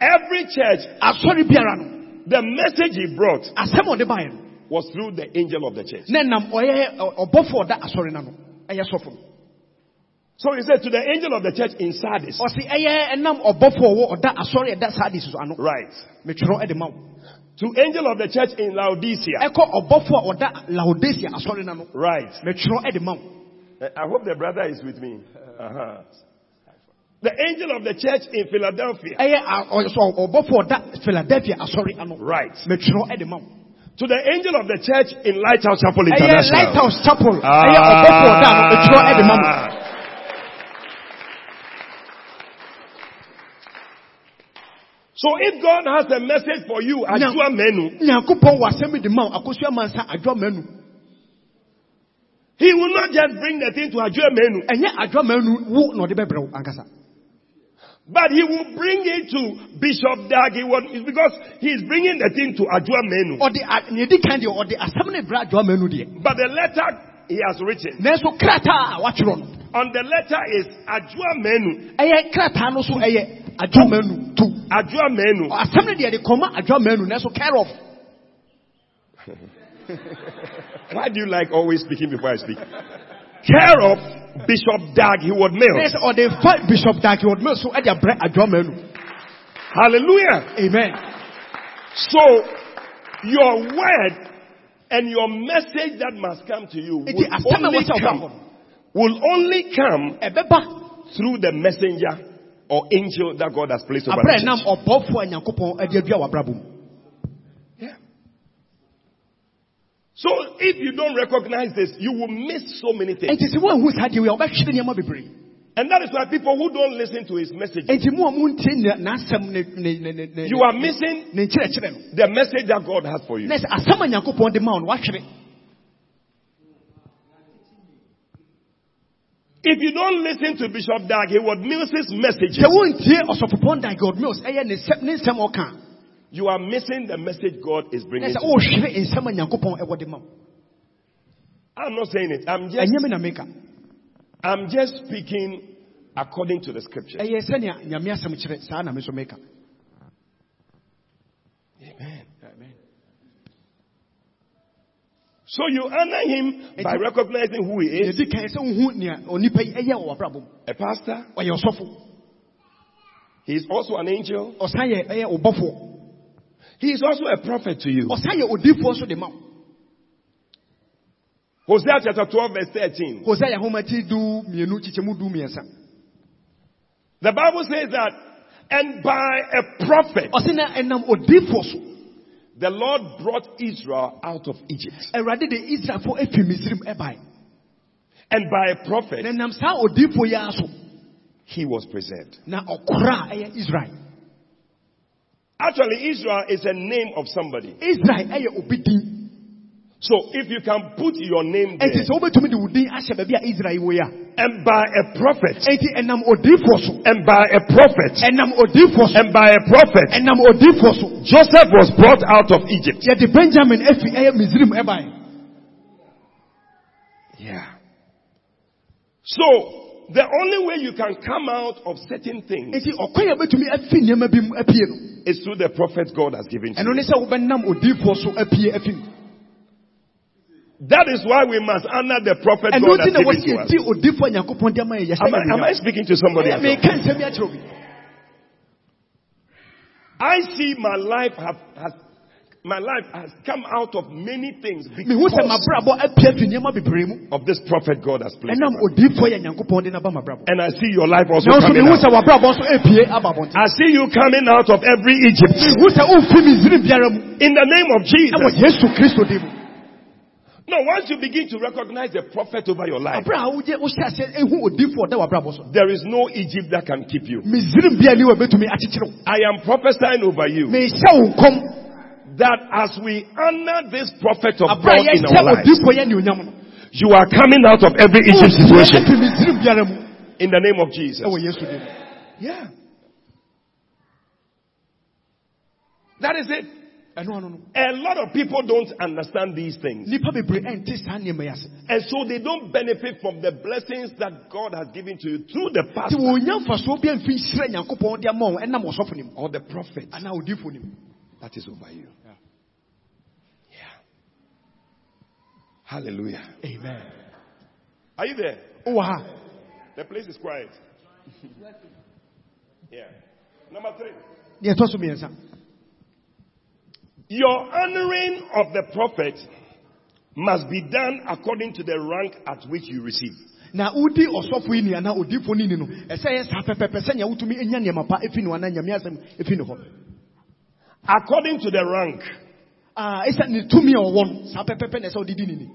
A: every church,
B: asɔre biara no
A: the message he brought
B: asɛm a ɔde baeɛ no
A: was through the angel of the church.
B: na ɛnam ɔyɛ ɔ- ɔbɔfoɔ a ɔda asɔre no ano ɛyɛ sɔfo no
A: So he said to the angel of the church in Sardis,
B: ɔse ɛyɛ ɛnam ɔbɔfoɔ a ɔwɔ ɔda asɔre a ɛda saa de so ano
A: right?
B: metwerɛ ɛde ma wo
A: To angel of the church in Laodicea,
B: ɛkɔ ɔbɔfoɔ a ɔda laodicea asɔre no ano
A: right?
B: metwerɛ ɛde ma wo
A: Uh, I hope the brother is with me. Uh-huh. The angel of the church in Philadelphia,
B: ɛyɛ a- ɔ- sɔ- ɔbɔfoɔ a ɔda philadelphia asɔre ano
A: right?
B: metwerɛ ɛde ma wo
A: To the angel of the church in Lighthouse Chapel
B: ɛyɛ
A: International.
B: lighthouse chapel ɛyɛ ɔbɔfoɔ a ɔda ano metwerɛ ɛde ma wo
A: Ah. So if God has a message for you at
B: No.
A: your menu,
B: nyankopɔn wɔ asɛm bi de ma wo akosua mansa adwa manu
A: He will not just bring the thing to Ajua menu,
B: ɛnyɛ adwa manu wo na ɔde bɛbrɛ wo ankasa
A: but he will bring it to Bishop Dagi It's because he is bringing the thing to Ajua menu.
B: ɔde a- nea ɛdi kan deɛ ɔde asɛm no brɛ adwa manu deɛ
A: But the letter he has written
B: nanso krataa a watwerɛ no
A: on the letter is Ajua menu,
B: ɛyɛ krataa no so ɛyɛ adwa manu tu
A: Ajua menu. Oh.
B: asɛm no deɛ de kɔma adwa manu nanso care of
A: Why do you like always speaking before I speak? Care of Bishop Dag Heward Mills.
B: Yes, or they fight Bishop Dagwood Mills, so at their bread, I draw men.
A: Hallelujah.
B: Amen.
A: So, your word and your message that must come to you
B: Iti
A: will
B: asɛm a
A: only
B: wɔsɛ ɔba hɔ
A: come, will only come
B: ɛbɛba
A: through the messenger or angel that God has placed over
B: abrɛ
A: the
B: nam
A: church.
B: ɔbɔfoɔ a nyankopɔn ade adua w'abrabɔ mu
A: So, if you don't recognize this, you will miss so many things.
B: enti sɛ woanhu saa deɛ wei a wobɛhwere nneɛma bebree
A: And that is why people who don't listen to his message,
B: enti mo a montie ne- n'asɛm ne- ne- ne- ne- ne-
A: you are missing
B: ne nkyerɛkyerɛ no
A: the message that God has for you.
B: na sɛ asɛm a nyankopɔn de ma wo no woahwere
A: If you don't listen to Bishop Dag Hayward Mills's messages,
B: sɛ wontie ɔsɔfopɔn dagod mills ɛyɛ ne nsɛm- ne nsɛm a ɔka
A: you are missing the message God is
B: na
A: bringing.
B: sɛ
A: to you.
B: wohwere nsɛm a nyankopɔn ɛwɔ de ma wo
A: I'm not saying it. I'm just,
B: ɛnyɛ me na meka
A: I'm just speaking according to the scripture.
B: ɛyɛ sɛnea nyame asɛm kyerɛ saa na me so meka
A: So you honor him by recognizing who he is,
B: yɛdi kan sɛ wohu nea onipa yi ɛyɛ wɔ w'abrabɔ mu
A: a pastor.
B: ɔyɛ ɔsɔfo
A: He is also an angel.
B: ɔsan yɛ ɛyɛ ɔbɔfoɔ
A: He is also a prophet to you.
B: ɔsan yɛ odiifoɔ so de ma wo
A: Hosea chapter 12 verse 13.
B: Hosea Homa ti du mienu chichemu du miensa.
A: The Bible says that, and by a prophet,
B: Osina enam odifo so.
A: the Lord brought Israel out of Egypt.
B: Awurade de Israel fo efi Misrim ebai.
A: And by a
B: Na
A: prophet,
B: nam saa odifo ya so
A: he was preserved.
B: na okra eye Israel.
A: Actually, Israel is a name of somebody.
B: Israel eye obidin.
A: So if you can put your name there,
B: Enti sɛ wobetumi de wodin ahyɛ baabi a Israel wɔ ya.
A: and by a prophet,
B: Enti enam odifo so.
A: and by a prophet,
B: Enam odifo so.
A: and by a prophet,
B: Enam odifo so.
A: Joseph was brought out of Egypt.
B: Yɛde Benjamin efi eye Misrim ebai.
A: Yeah. So the only way you can come out of certain things
B: Enti ɔkwa yɛ betumi efi nneɛma bi mu apie no.
A: is through the prophet God has given to
B: Ɛno ne
A: you.
B: sɛ wobɛnam odifo so apie afi mu.
A: That is why we must honor the prophet
B: ɛno
A: God has
B: nti na
A: given to
B: wɔsi
A: us.
B: eti odifo a nyankopɔn dɛm ayɛ yɛhyɛ
A: Am I, am I
B: ɛnuonyam
A: speaking to somebody
B: ɛyɛ
A: else?
B: meka nsɛm yi akyerɛ obi
A: I see my life have, has my life has come out of many things
B: mehu sɛ
A: because
B: mabrabɔ apia fi nneɛma bebree mu
A: of this prophet God has placed.
B: ɛnam
A: over us.
B: odifo yɛ nyankopɔn de naba mabrabɔ
A: And I see your life also
B: nanso
A: coming
B: mehu
A: out.
B: sɛ wabrabɔ nso apue aba abɔnten
A: I see you coming out of every Egypt
B: mehu sɛ womfi misrim biara mu
A: in the name of
B: ɛwɔ
A: Jesus.
B: yesu kristo de mu
A: No, once you begin to recognize the prophet over your life,
B: abrɛ a woyɛ wohyɛ aseɛ ehu odifo ɔda wabrabɔ so
A: there is no Egypt that can keep you.
B: misrim bia ni wɔbɛtumi akyekyere wo
A: I am prophesying over you
B: mehyɛ wo nkɔm
A: that as we honor this prophet of
B: abrɛ a
A: God in our
B: yɛhyɛ
A: lives,
B: odifo yɛ neonyam no
A: you are coming out of every Egypt
B: wofi
A: situation
B: misrim biara mu
A: in the name of Jesus.
B: ɛwɔ yesu de mu
A: Yeah. That is it.
B: ɛno ano no
A: A lot of people don't understand these things.
B: nnipa bebree ɛnte saa nneɛma yi ase
A: And so they don't benefit from the blessings that God has given to you through the
B: nti
A: pastor
B: wonya mfasoɔ bi amfi nhyirɛ nyankopɔn de ama wo ɛnam ɔsɔfo nim
A: or the prophet
B: anaa odifo nim
A: that is over you. Yeah. Hallelujah.
B: amen
A: Are you there?
B: wowɔ ha
A: The place is quiet. yeah. Number three.
B: deɛ ɛtɔ so mmiɛnsa
A: Your honoring of the prophet must be done according to the rank at which you receive.
B: na wodi ɔsɔfo yi ni anaa odifo ni ni no ɛsɛ yɛ saa pɛpɛpɛ sɛnea wotumi nya nneɛma pa ɛfi ne hɔ anaa nyame asɛm ɛfi ne hɔ
A: According to the rank.
B: Ah, ɛsɛ ne tumi a ɔwɔ no saa pɛpɛpɛ na ɛsɛ wode di ne ni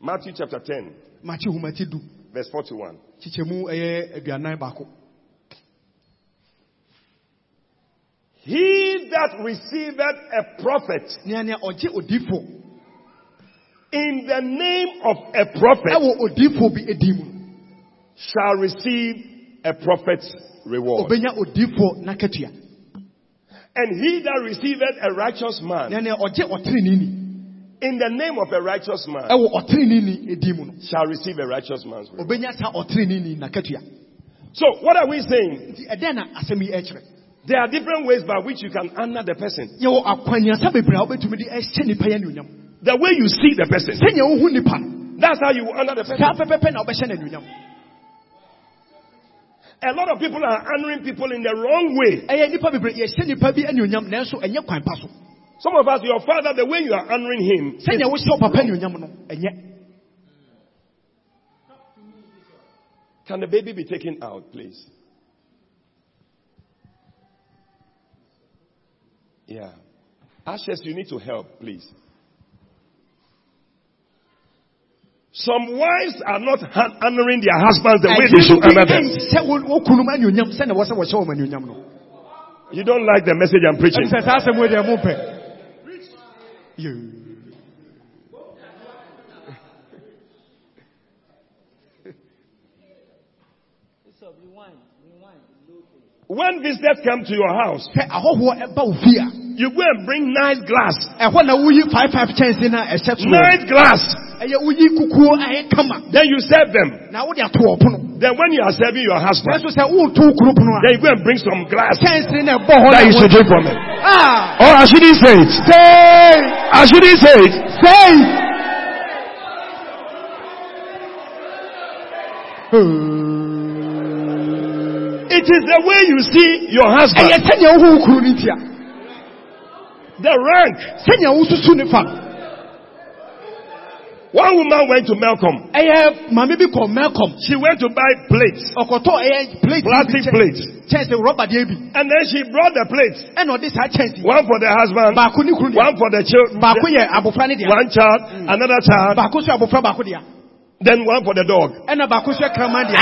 A: Matthew chapter 10,
B: makye homati du
A: verse 41.
B: kyekyɛmu ɛyɛ aduanan baako
A: He that receiveth a prophet
B: nea nea ɔgye odifo
A: in the name of a prophet
B: ɛwɔ odifo bi edi mu no,
A: shall receive a prophet's reward.
B: ɔbɛnya odifo n'akatua
A: And he that receiveth a righteous man
B: nea nea ɔgye ɔterenini
A: in the name of a righteous man
B: ɛwɔ ɔterenini edi mu no
A: shall receive a righteous man's reward.
B: obenya saa ɔterenini n'akatua
A: So what are we saying?
B: nti ɛdɛn na asɛm yi ɛkyerɛ
A: There are different ways by which you can honor the person.
B: yɛwɔ akwanneasa bebree a wobɛtumi de ɛhyɛ nipa yɛ anuonyam
A: The way you see the person.
B: sɛnea wohu nipa no
A: That's how you honor the person.
B: saa pɛpɛpɛ na wobɛhyɛ no anuonyam
A: A lot of people are honoring people in the wrong way.
B: ɛyɛ nipa bebree yɛhyɛ nipa bi anuonyam nanso ɛnyɛ kwan pa so
A: Some of us, your father, the way you are honoring him,
B: sɛnea wohyɛ wo papa anuonyam no ɛnyɛ
A: can the baby be taken out, please? Yeah. Ashes, you need to help, please. Some wives are not hon- honoring their husbands the way they should honor them.
B: sɛ wo kunum anuonyam sɛnea wɔ sɛ wɔhyɛ wɔm anuonyam no
A: You don't like the message I'm preaching.
B: ɛne sɛ saa asɛm wei deɛ mopɛ Yo.
A: When visitors come to your house,
B: sɛ ahɔhoɔ ɛba wo fie a
A: you go and bring nice glass.
B: ɛhɔ na woyi five five kyɛnse na ɛhyɛ soɔ
A: Nice glass.
B: ɛyɛ woyi kukuo a ɛyɛ kama
A: Then you serve them.
B: na wode ato wɔ pono
A: Then when you are serving your husband,
B: nanso sɛ woto wo kuro pono a
A: then you go and bring some glass
B: kyɛnse na ɛbɔ hɔ
A: that you
B: na
A: should
B: wo-
A: drink from it.
B: Ah,
A: Or I shouldn't say it. I shouldn't say it.
B: Say.
A: It is the way you see your
B: ɛyɛ
A: husband,
B: sɛnea wohu wo kuro no ti a
A: the rank.
B: sɛnea wosusu ne fa no.
A: One woman went to Malcolm.
B: ɛyɛ maame bi kɔ melcom
A: She went to buy plates,
B: ɔkɔtɔɔ ɛyɛ plate bi
A: plastic
B: kyɛ-
A: plates.
B: kyɛnse rɔba deɛ bi
A: And then she brought the plates.
B: ɛna ɔde saa kyɛnse
A: One for the husband,
B: baako ne kuro deɛ
A: one for the children,
B: baako yɛ abofra ne deɛ
A: one child, another child,
B: baako so yɛ abofra baako deɛ
A: then one for the dog.
B: ɛna baako so yɛ kraman deɛ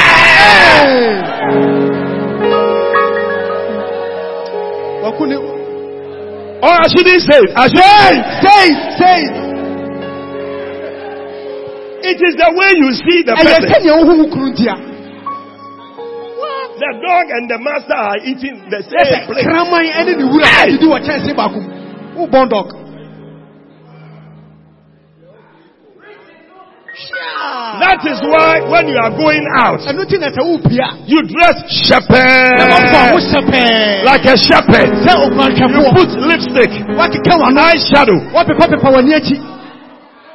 B: wako ne
A: Or I shouldn't say it. I shouldn't.
B: sei sei
A: It is the way you see the
B: ɛyɛ
A: person.
B: sɛnea wohu wo kuro ntia
A: The dog and the master are eating the same
B: ɛsɛ
A: plate.
B: kraman ɛne ne wura adidi wɔ kyɛnse baako mu wobɔn dɔk
A: That is why when you are going out,
B: ɛno ti na sɛ wopia
A: you dress
B: na wɔmfa wo
A: shepherd
B: hyɛ pɛɛ
A: like a shepherd.
B: sɛ okuranhwɛfoɔ
A: Put lipstick,
B: woakeka wano
A: eye shadow,
B: woapepapepa w'ani akyi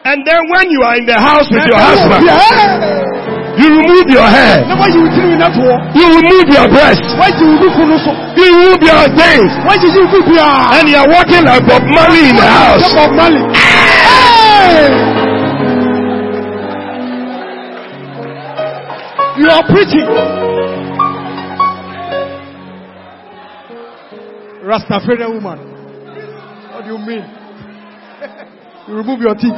A: and then when you are in the house with your
B: Na sɛ
A: husband,
B: wopia, ɛɛ,
A: you remove your hair,
B: na woayi wo tiri no toɔ
A: you remove your breast,
B: woagye wo duku no so
A: you remove your things,
B: woagye gye wo bibiaa
A: and you are walking like Bob Marley in the house.
B: Bob Marley. You are preaching. Rastafarian woman. What do you mean? you remove your teeth.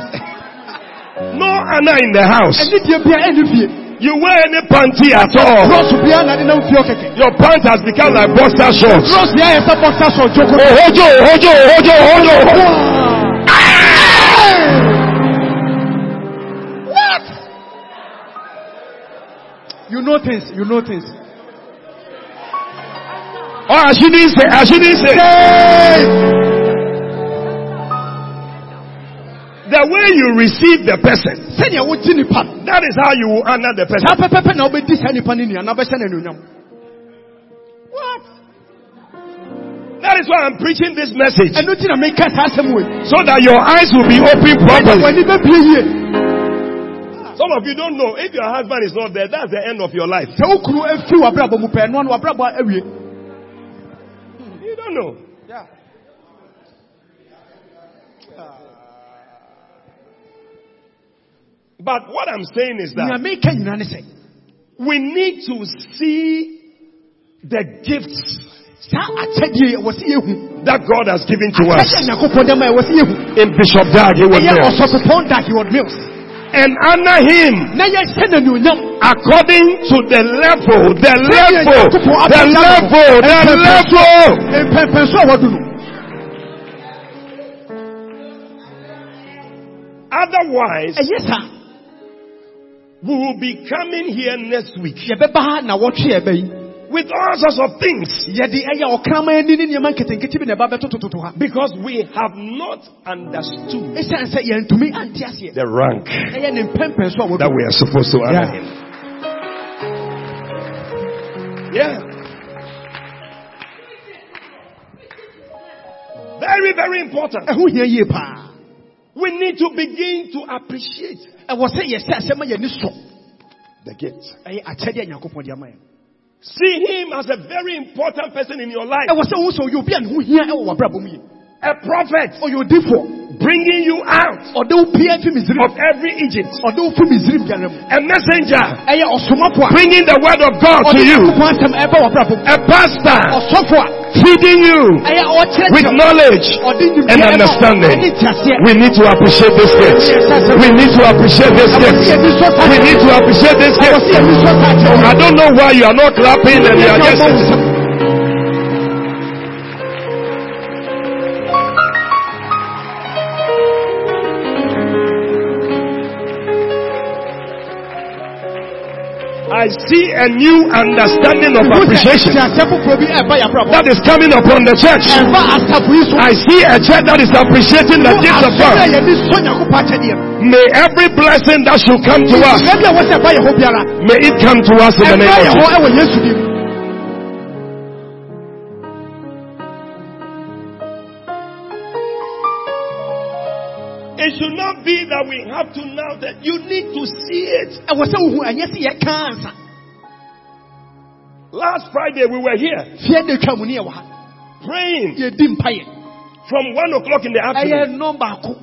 A: No Anna in the house.
B: Ẹni tiẹ̀ bíi ẹni fìyẹ.
A: You wear any panty at all.
B: Rọ́ọ̀sì bíi ẹni adé náà fi ọ kẹ̀kẹ́.
A: Your pants has become like boxer shorts.
B: Rọ́ọ̀sì yà ẹ̀fẹ́ bọ́sà sọ̀ jókòó.
A: Ojo, ojo, ojo, ojo. Ah!
B: You know things, you know things.
A: Oh, I shouldn't say, I shouldn't say. The way you receive the person,
B: Sẹ́ni ẹ̀wọ́ jí nípa.
A: that is how you will honor the person.
B: Sáà pẹ́pẹ́pẹ́ náà ó bẹ dí sẹ́ni nípa nínú yàn náà bẹ́ sẹ́ni ẹ̀nu yàn.
A: That is why I'm preaching this message.
B: Ẹnu tí na mi ká sáà sẹ́mu wẹ̀.
A: So that your eyes will be open
B: Ẹnu wẹ̀
A: properly.
B: ni bẹ́ẹ̀ bí yíyẹ.
A: Some of you don't know. If your husband is not there, that's the end of your life.
B: Sẹ́ o kuru efi wà abúlé àbọ̀mù pẹ̀ ẹ̀nu àná wà abúlé àbọ̀ ẹ̀wìẹ̀.
A: You don't know. But what I'm saying is
B: Ní
A: that
B: àmì ká nyina ni sẹ́.
A: we need to see the gifts
B: Sáà àkyẹ́dìé yẹ wọ́n sì yẹ hu.
A: that God has given to
B: Àkyẹ́dìé
A: us.
B: ànyàkópọ̀ dẹ́mà yẹ wọ́n sì yẹ hu.
A: In Bishop Dag, he was
B: Ẹ̀yẹ
A: there.
B: ọ̀sọ̀tọ̀tọ̀ da he was mills.
A: And honor him.
B: Na yẹ sẹ́ni ẹ̀nu yàn.
A: according to the level, the level, the level, the level.
B: Mpẹ̀mpẹ̀ sọ̀ wọ́n dùn.
A: Otherwise,
B: Ẹ̀yẹ sá.
A: we will be coming here next week
B: Yẹ bẹ bá na wọ́n tún yẹ bẹ yìí.
A: with all sorts of things
B: yɛde ɛyɛ ɔkraman ani ne nneɛma nketenkete bi na ɛba bɛtotototo ha
A: because we have not understood
B: ɛsiane sɛ yɛntumi ante aseɛ
A: the rank
B: ɛyɛ ne mpɛmpɛn so a
A: that
B: wɔdu
A: we are supposed to honor
B: Yeah.
A: him. Yeah. Very, very important.
B: ɛho hia yie paa
A: We need to begin to appreciate
B: ɛwɔ sɛ yɛsɛ asɛm a yɛni sɔ
A: the gift.
B: ɛyɛ akyɛdeɛ a nyankopɔn de ama yɛn
A: See him as a very important person in your life.
B: ɛwɔ sɛ wohu sɛ ɔyɛ obi a ne ho hia ɛwɔ wabrabɔ mu yie
A: A prophet
B: ɔyɛ odifoɔ
A: bringing you out
B: ɔde wo pia fi misrim
A: of every Egypt.
B: ɔde wo fi misrim biara mu
A: A messenger
B: ɛyɛ ɔsomafo a
A: bringing the word of God to
B: ɔde
A: you.
B: nyankopɔn asɛm ɛbɛ wabrabɔ mu
A: A pastor
B: ɔsɔfo
A: feeding you
B: a ɛyɛ
A: with
B: ɔkyerɛkyerɛ
A: knowledge
B: ɔde
A: and
B: nimdeɛ ma wo,
A: understanding.
B: ɔde nteaseɛ
A: We need to appreciate this gift. We need to appreciate this gift. We need to appreciate this gift. I don't know why you are not clapping and you are just. I see a new understanding of appreciation
B: nteaseɛ foforɔ bi ɛba yɛabrabɔ
A: that is coming upon the church.
B: ɛba asafo yi so
A: I see a church that is appreciating the
B: Wo
A: gifts of
B: asɛm a
A: God.
B: yɛde sɔ nyankopɔn akyɛdeɛ no
A: May every blessing that should come to us,
B: ɛbi a wɔ sɛ ɛba yɛ hɔ biara
A: may it come to us in the
B: ɛba
A: name of
B: yɛ hɔ
A: Jesus.
B: ɛwɔ yesu dim
A: It should not be that we have to now that you need to see it.
B: ɛwɔ sɛ wohu ɛnyɛ sɛ yɛka ansa
A: Last Friday we were here
B: fie de twa mu ne yɛwɔ ha
A: praying
B: yɛdi mpayɛ
A: from one o'clock in the afternoon.
B: ɛyɛ nɔmbaako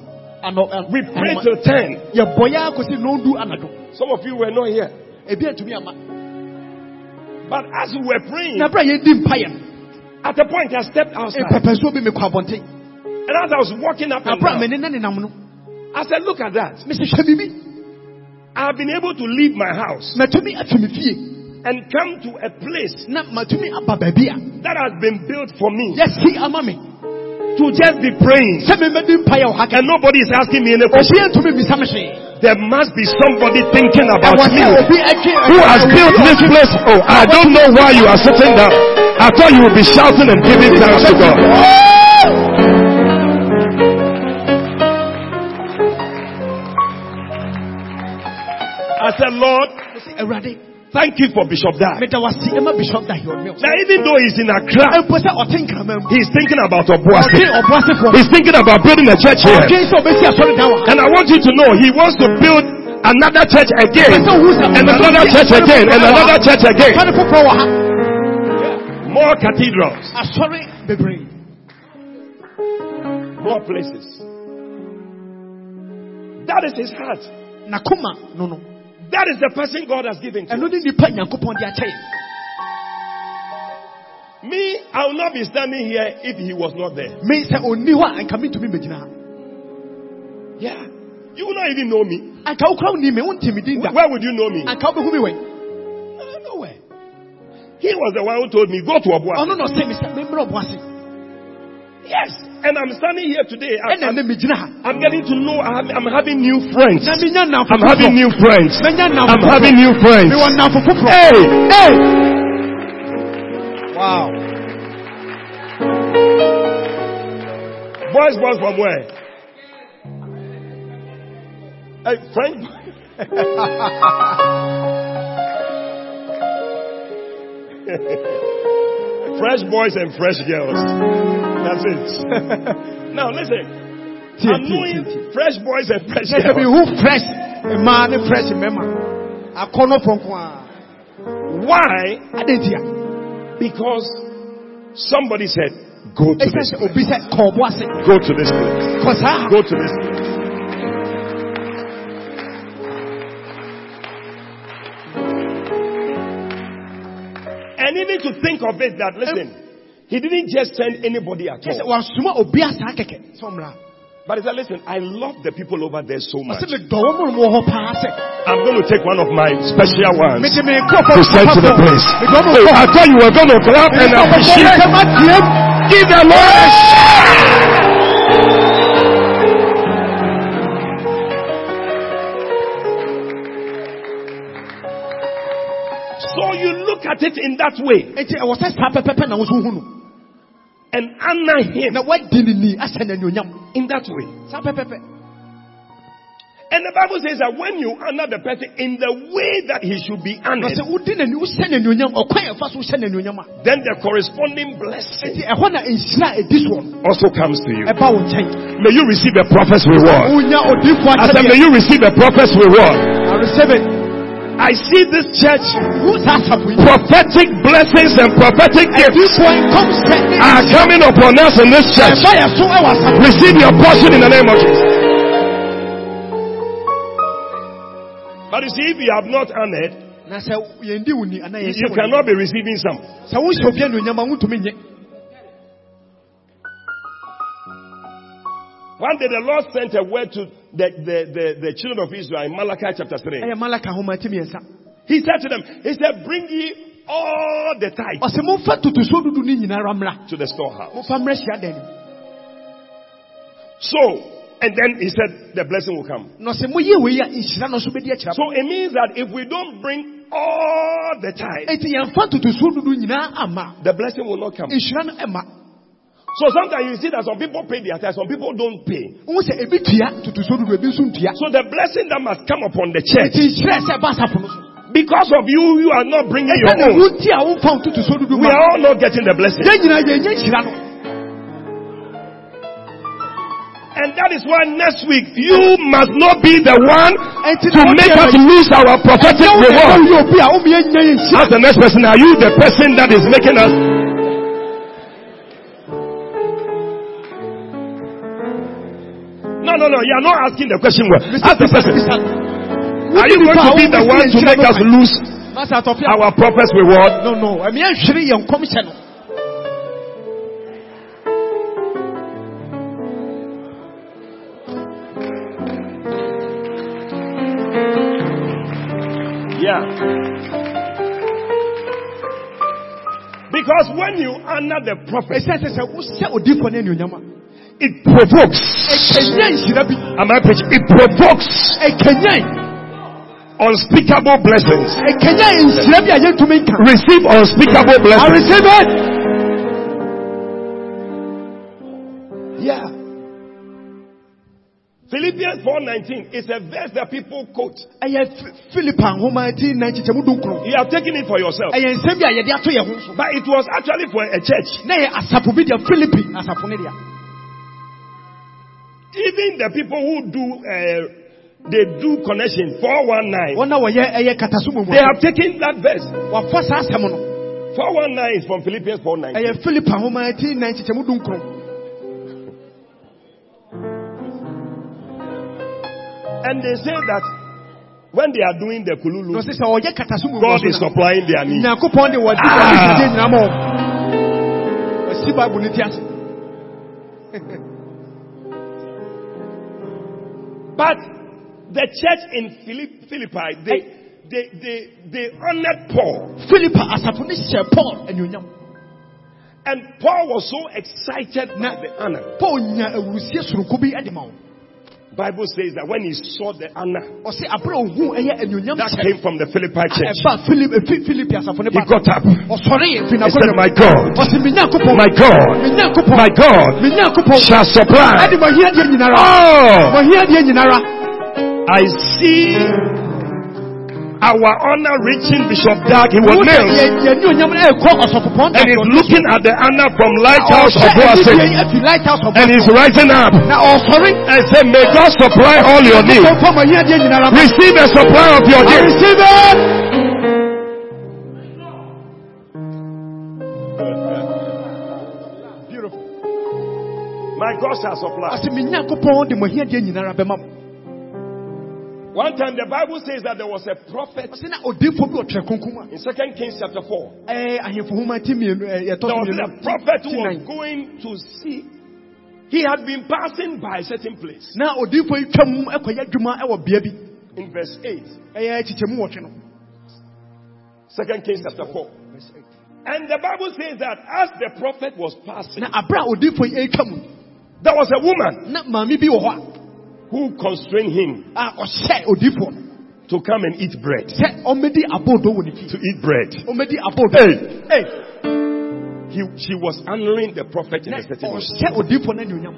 A: uh, We prayed till ten.
B: yɛbɔyɛ akɔsi nondu anadwo
A: Some of you were not here,
B: ebi atumi ama
A: but as we were praying,
B: na berɛ a yɛdi mpayɛ no
A: at a point I stepped
B: E
A: outside,
B: mpɛpɛsoɔ bi mekɔ abɔnten
A: and as I was walking up
B: na
A: and
B: berɛ a
A: down,
B: mene ne nenam no
A: I said, "Look at that!
B: mese hwɛ biribi
A: I've been able to leave my house
B: matumi afi me fie
A: and come to a place
B: na matumi aba baabi a
A: that has been built for me
B: yɛsi ama me
A: to just be praying."
B: sɛ memɛdi mpayɛ wɔ ha ka
A: And nobody is asking me any question.
B: obi antumi bisa me hwee
A: There must be somebody thinking about
B: ɛwɔ
A: me.
B: sɛ obi atwe
A: Who has built this place? Oh, I don't know why you are sitting down. I thought you would be shouting and giving thanks to God. I said, Lord,
B: awurade
A: thank you for Bishop Dad.
B: meda wasi ɛma bishop da hɛ ɔmɛ
A: Now, even though he's in Accra,
B: mpo sɛ ɔte nkrama mu
A: he's thinking about
B: ɔte
A: Obuasi.
B: ɔboasefoɔ
A: He's thinking about building a church here.
B: ɔdwen sɛ ɔbɛsi asɔre da wɔ ha
A: And I want you to know he wants to build another church again, and another church again, and another church again.
B: asɔre foforɔ wɔ ha
A: More cathedrals.
B: asɔre bebree
A: more places. That is his heart.
B: nakoma no no
A: That is the person God has given to.
B: ɛno ne nipa nyankopɔn de akyɛ yɛ
A: Me, I will not be standing here if he was not there.
B: me sɛ ɔnni hɔ a anka mentumi mmɛgyina ha
A: Yeah. You will not even know me.
B: anka wokora wonni me wonte me din da
A: Where would you know me?
B: anka wobɛhu me wɛn No, nowhere.
A: He was the one who told me, go to Obua.
B: ɔno na ɔsɛ me sɛ memmerɛ ɔbo ase
A: Um, Yes. And I'm standing here today. I'm,
B: ɛna
A: I'm,
B: ne megyina ha
A: I'm getting to know, I'm, I'm having new friends.
B: na menya nnamfo
A: I'm having
B: foforɔ
A: new friends.
B: menya nnamfo
A: I'm having new friends.
B: mewɔ nnamfo foforɔ
A: Hey, hey.
B: wow
A: Boys, boys from where? Hey, French. fresh boys and fresh girls. That's it. now listen.
B: tie
A: I'm
B: tie
A: knowing
B: tie
A: fresh boys and fresh
B: Yes, we
A: girls.
B: who fresh man, fresh member. I call no from Kwa.
A: Why?
B: Adentia.
A: Because somebody said, go to this
B: Essential
A: place.
B: obese kobwase.
A: Go to this place.
B: Kosa.
A: Go to this place. And even to think of it that, listen, he didn't just send anybody at
B: Yes,
A: all.
B: wan suma obiasa keke. Somra.
A: But he said, listen, I love the people over there so much.
B: Ose me dowo mo mo ho pa se.
A: I'm going to take one of my special
B: Me
A: ones
B: ti me ko fo.
A: to send to the place.
B: Me go mo
A: Hey,
B: ko.
A: I thought you were going to clap and appreciate. Give the Lord a shout. So you look at it in that way
B: Enti e wo se sa pepepe na wo so hu no.
A: and honor him
B: Na wa di ni ni asɛ na nyonyam.
A: in that way.
B: Sa pepepe.
A: And the Bible says that when you honor the person in the way that he should be
B: na
A: honored,
B: sɛ wodi n'ani wohyɛ n'anuonyam ɔkwan a ɛfa so wohyɛ n'anuonyam a
A: then the corresponding blessing
B: nti ɛhɔ na nhyira a ɛdi soɔ no
A: also comes to you.
B: ɛba wo nkyɛn
A: May you receive a prophet's reward.
B: wonya odiyifoɔ
A: I said, may
B: akyɛdeɛ
A: you receive a prophet's reward.
B: I receive it.
A: I see this church,
B: wo saa asafo yi
A: prophetic blessings and prophetic gifts
B: adiyifoɔ nkɔmhyɛ ne
A: are coming upon us in this church.
B: ɛba yɛ so ɛwɔ asafo
A: Receive your portion in the name of Jesus. But you see, if you have not honored,
B: na sɛ yɛndi wo ni anaa
A: you
B: yɛnhyɛ
A: you
B: wo ni
A: cannot be receiving some.
B: sɛ wohyɛ obi anuonyam a wontumi nye
A: One day the Lord sent a word to the, the, the, the children of Israel in Malachi chapter 3.
B: ɛyɛ malaka homa ti mmiɛnsa
A: He said to them, He said, Bring ye all the tithe
B: ɔsɛ momfa totosuo dudu no nyinara mmra
A: to the storehouse.
B: momfa mmra hyiadan no
A: So, and then he said, The blessing will come.
B: mu na ɔsɛ moyɛ wei a nhyira no nso bɛdi akyira
A: So it means that if we don't bring all the tithe,
B: enti yɛmfa totosuo dudu nyinaa ama
A: the blessing will not come.
B: nhyira no ɛma
A: So sometimes you see that some people pay their tithe, some people don't pay.
B: wohu sɛ ebi tua totosuo dudu ebi nso ntua
A: So the blessing that must come upon the church,
B: nti nhyira a ɛsɛ ɛba asafo no so
A: because of you, you are not bringing your
B: ɛsɛ
A: own.
B: wo nti a womfa wo totosuo dudu
A: We
B: ma
A: are all not getting the blessing.
B: yɛn nyinaa yɛnyɛ nhyira no
A: And that is why next week you must not be the one
B: enti
A: to make us lose our prophetic reward.
B: yɛ obi a woma yɛnya yɛ nhyira
A: Ask the next person, are you the person that is making us? No, no, no, you are not asking the question well. Ask the person, are you going to be the one to make us lose
B: Masa atɔfe a
A: our prophet's reward?
B: no no ɛmi ɛnhwere yɛ nkɔmhyɛ no
A: Yeah. Because when you honor the prophet,
B: ɛsɛ sɛ sɛ wohyɛ odiyifoɔ no anuonyam a
A: it provokes.
B: ɛkanya nhyira bi
A: Am I preaching? It provokes
B: ɛkanya
A: unspeakable blessings.
B: ɛkanya nhyira bi a yɛntumi nka
A: Receive unspeakable
B: I
A: blessings.
B: receive it
A: Yeah. Philippians 4:19 is a verse that people quote.
B: ɛyɛ Phi- philipa nhoma ti na nkyekyɛmu dunkron
A: You have taken it for yourself.
B: ɛyɛ nsɛm bi a yɛde ato yɛn ho so
A: But it was actually for a church.
B: na yɛ asafo bi deɛ philipi asafo no deɛ
A: Even the people who do uh, they do connection 419.
B: wɔn a wɔyɛ ɛyɛ kataso mu mu
A: They have taken that verse.
B: wafa saa asɛm no
A: 419 is from Philippians 4:19.
B: ɛyɛ philipa nhoma ti na nkyekyɛmu dunkron
A: And they say that when they are doing the
B: na
A: kululu,
B: ɔsɛ sɛ ɔyɛ kataso mu mu
A: God is
B: so na
A: supplying their needs.
B: nyankopɔn de wɔde wɔde
A: Ah.
B: gyegye nyinaa ma wɔn ɛsi baabu ne ti ase
A: But the church in Philip, Philippi, they, they, they, they honored Paul.
B: philipa asafo no hyɛ paul anuonyam
A: And Paul was so excited
B: Na-
A: by the honor.
B: paul nya awurusie soronko bi ɛde ma wɔn
A: Bible says that when he saw the honor
B: ɔsɛ abere ohu ɛyɛ anuonyam
A: that
B: kyɛ
A: came from the Philippi church,
B: ɛba philip efi philip asafo ne
A: he
B: ba
A: got up. He
B: ɔsɔre efi na
A: said,
B: kɔnɔ
A: My God,
B: ɔsi mi nya kopɔn
A: my God,
B: mi nya kopɔn
A: my God
B: mi nya kopɔn
A: shall supply.
B: ɛde mo hia deɛ nyinara
A: Oh,
B: mo hia deɛ nyinara
A: I see our honor reaching Bishop Dag. He was
B: Wo sɛ
A: nailed.
B: yɛ yɛ anuonyam no ɛkɔ ɔsɔfo pɔn
A: And he's looking at the honor from Lighthouse of Oasis.
B: efi light house of
A: And he's rising up
B: na ɔsɔre
A: and say, May God supply all your needs.
B: kopɔn mo hia deɛ nyinara
A: Receive the supply of your
B: I
A: gifts.
B: receive it beautiful
A: My God shall supply.
B: ɔsi mi nya kopɔn de mo hia deɛ nyinara bɛma mo.
A: One time the Bible says that there was a prophet
B: Ɔse na odiyifo bi wɔ Twerɛ Kronkron a
A: in Second Kings chapter 4.
B: ɛɛ Eh, ahemfo nhoma ti mmienu ɛɛ
A: There
B: yɛtɔ so
A: was
B: mmienu.
A: a prophet who was
B: 59.
A: going to see. He had been passing by a certain place
B: na odiyifo yi twam ɛkɔyɛ adwuma ɛwɔ bea bi
A: in verse 8.
B: ɛyɛ kyekyɛmu wɔtwe no
A: Second Kings chapter 4. And the Bible says that as the prophet was passing,
B: na abere a odiyifo yi ɛretwa mu
A: there was a woman
B: na maame bi wɔ hɔ
A: who constrained him
B: a a ɔhyɛ odiyifo no
A: to come and eat bread.
B: sɛ ɔmɛdi aboodo wɔ ne fi
A: To eat bread.
B: ɔmɛdi aboodo ɛy
A: He, she was honoring the prophet in
B: na
A: a certain way.
B: ɔhyɛ odiyifo no anuonyam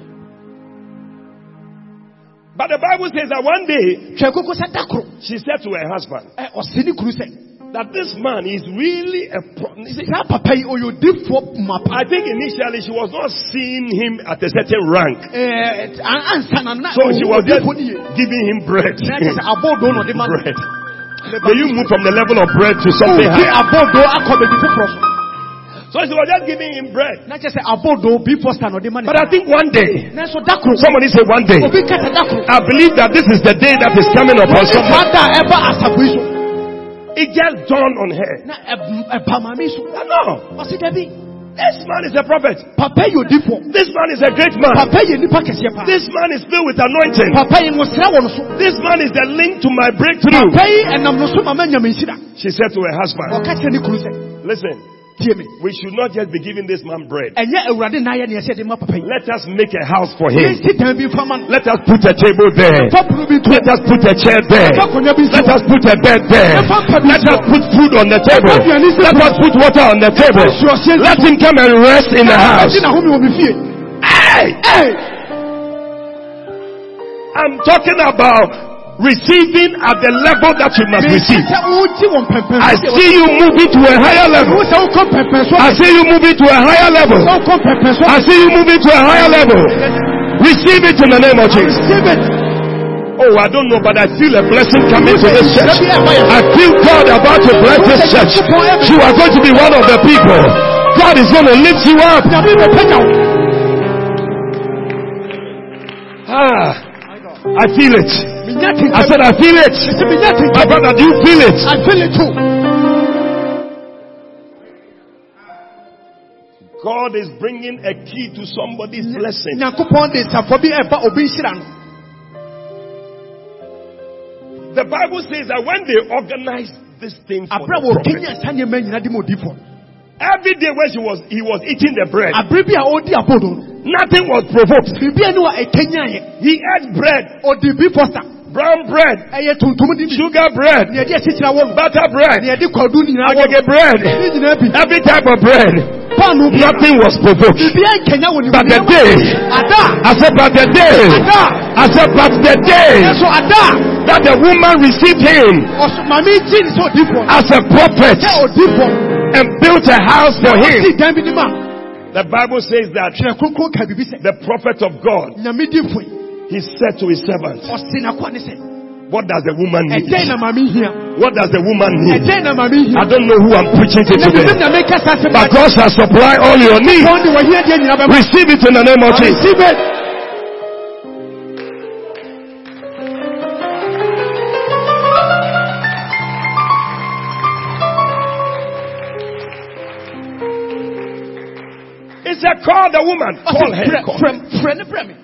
A: But the Bible says that one day
B: hwɛ koko sɛ da koro
A: she said to her husband
B: ɛ ɔsi ne kuru sɛ
A: that this man is really a pro- you see,
B: saa papa yi ɔyɛ odiifoɔ mapa
A: I think initially she was not seeing him at a certain rank.
B: ɛɛ Eh, an- ansa na na
A: So she was just
B: odiifoɔ ne yɛ
A: giving him bread.
B: na kyerɛ sɛ abɔɔdo na ɔde ma no
A: bread. May you move from the level of bread to something
B: ɔde
A: higher.
B: abɔɔdo akɔ baabi foforɔ
A: Oh,
B: so
A: So she was just giving him bread.
B: na kyerɛ sɛ abɔɔdo bi fosta na ɔde ma ne
A: But I think one day,
B: nanso da koro
A: somebody said one day,
B: obi kata da koro
A: I believe that this is the day that is coming upon someone.
B: fada a ɛba asafo yi so
A: It just dawned on her.
B: na ɛb- ɛba maame yi so
A: that, No,
B: ɔsi dabi
A: this man is a prophet.
B: papa yi odiifoɔ
A: This man is a great man.
B: papa yi yɛ nipa kɛseɛ paa
A: This man is filled with anointing.
B: papa yi mo sira wɔ no so
A: This man is the link to my breakthrough.
B: papa yi ɛnam no so mama nyame nsira
A: She said to her husband,
B: ɔka kyerɛ ne kuru sɛ
A: Listen,
B: tie me
A: we should not just be giving this man bread.
B: ɛnyɛ awurade na ayɛ ne ɛsɛ de ma papa yi
A: Let us make a house for him.
B: yɛnsi dan bi fa ma no
A: Let us put a table there.
B: fa pono bi
A: Let
B: to
A: us put a chair there.
B: fa akonnwa bi
A: Let
B: nsi
A: us put a bed there. Let us put food on the table. Let us put water on the table. Let him come and rest in the house.
B: ɛgye na home wɔ me fie
A: Hey! I'm talking about receiving at the level that you must
B: Mensi
A: receive.
B: sɛ wogye wɔ mpɛmpɛn
A: I
B: so
A: see you moving to a higher level.
B: wo sɛ wokɔ mpɛmpɛn so
A: I see you moving to a higher level.
B: sɛ wokɔ mpɛmpɛn so
A: I see you moving to a higher level. Receive it in the name of Jesus.
B: receive it
A: Oh, I don't know, but I feel a blessing coming to this church.
B: Let me have fire.
A: I feel God about to bless this church. You are going to be one of the people. God is going to lift you up.
B: nyame bɛpɛnya wo
A: Ah, I feel it.
B: menya
A: I
B: tentam
A: said, I feel it.
B: sɛ
A: My
B: menya tentam
A: brother, do you feel it?
B: I feel it too
A: God is bringing a key to somebody's blessing.
B: nyankopɔn de safoɔ bi ɛba obi nhyira no
A: The Bible says that when they organized this thing for
B: abrɛ
A: the
B: wɔ
A: prophet,
B: kenya saa nneɛma nyina de ma odiifoɔ
A: every day when she was, he was eating the bread,
B: abrɛ bi a ɔdi abɔdo no
A: nothing was provoked.
B: biribia ne wɔ ɛkɛnyaeɛ
A: He ate bread,
B: ɔde bi fosta
A: brown bread,
B: ɛyɛ tuntum de bi
A: sugar bread,
B: neɛde asikyira wɔ no
A: butter bread,
B: neɛde kwadu nyinaa wɔ no
A: agege bread.
B: ne nyinaa bi
A: Every type of bread,
B: paano bi
A: nothing was provoked.
B: biribia nkɛnya wɔ ne
A: But the
B: mu
A: day,
B: ada
A: I said, but the day,
B: ada
A: I said, but the day
B: ɛso ada
A: that the woman received him
B: ɔso maame gyi ne sɛ odiifoɔ
A: as a prophet
B: sɛ odiifoɔ
A: and built a house for him.
B: si dan bi ne ma
A: The Bible says that
B: twerɛ kronkron ka biribi sɛ
A: the prophet of God,
B: nyame diifoɔ yi
A: he said to his servants,
B: ɔse nakoa ne sɛ
A: what does the woman need?
B: ɛdɛn na maame hia
A: What does the woman need?
B: ɛdɛn na maame hia
A: I don't know who I'm preaching to
B: na bibi
A: today,
B: na meka saa sɛ
A: but God shall supply all your needs.
B: wɔn de wɔhia deɛ nyina bɛma
A: Receive it in the name of Jesus.
B: receive it
A: He said, call the woman, call her.
B: Frɛ- frɛ- frɛ ne brɛ me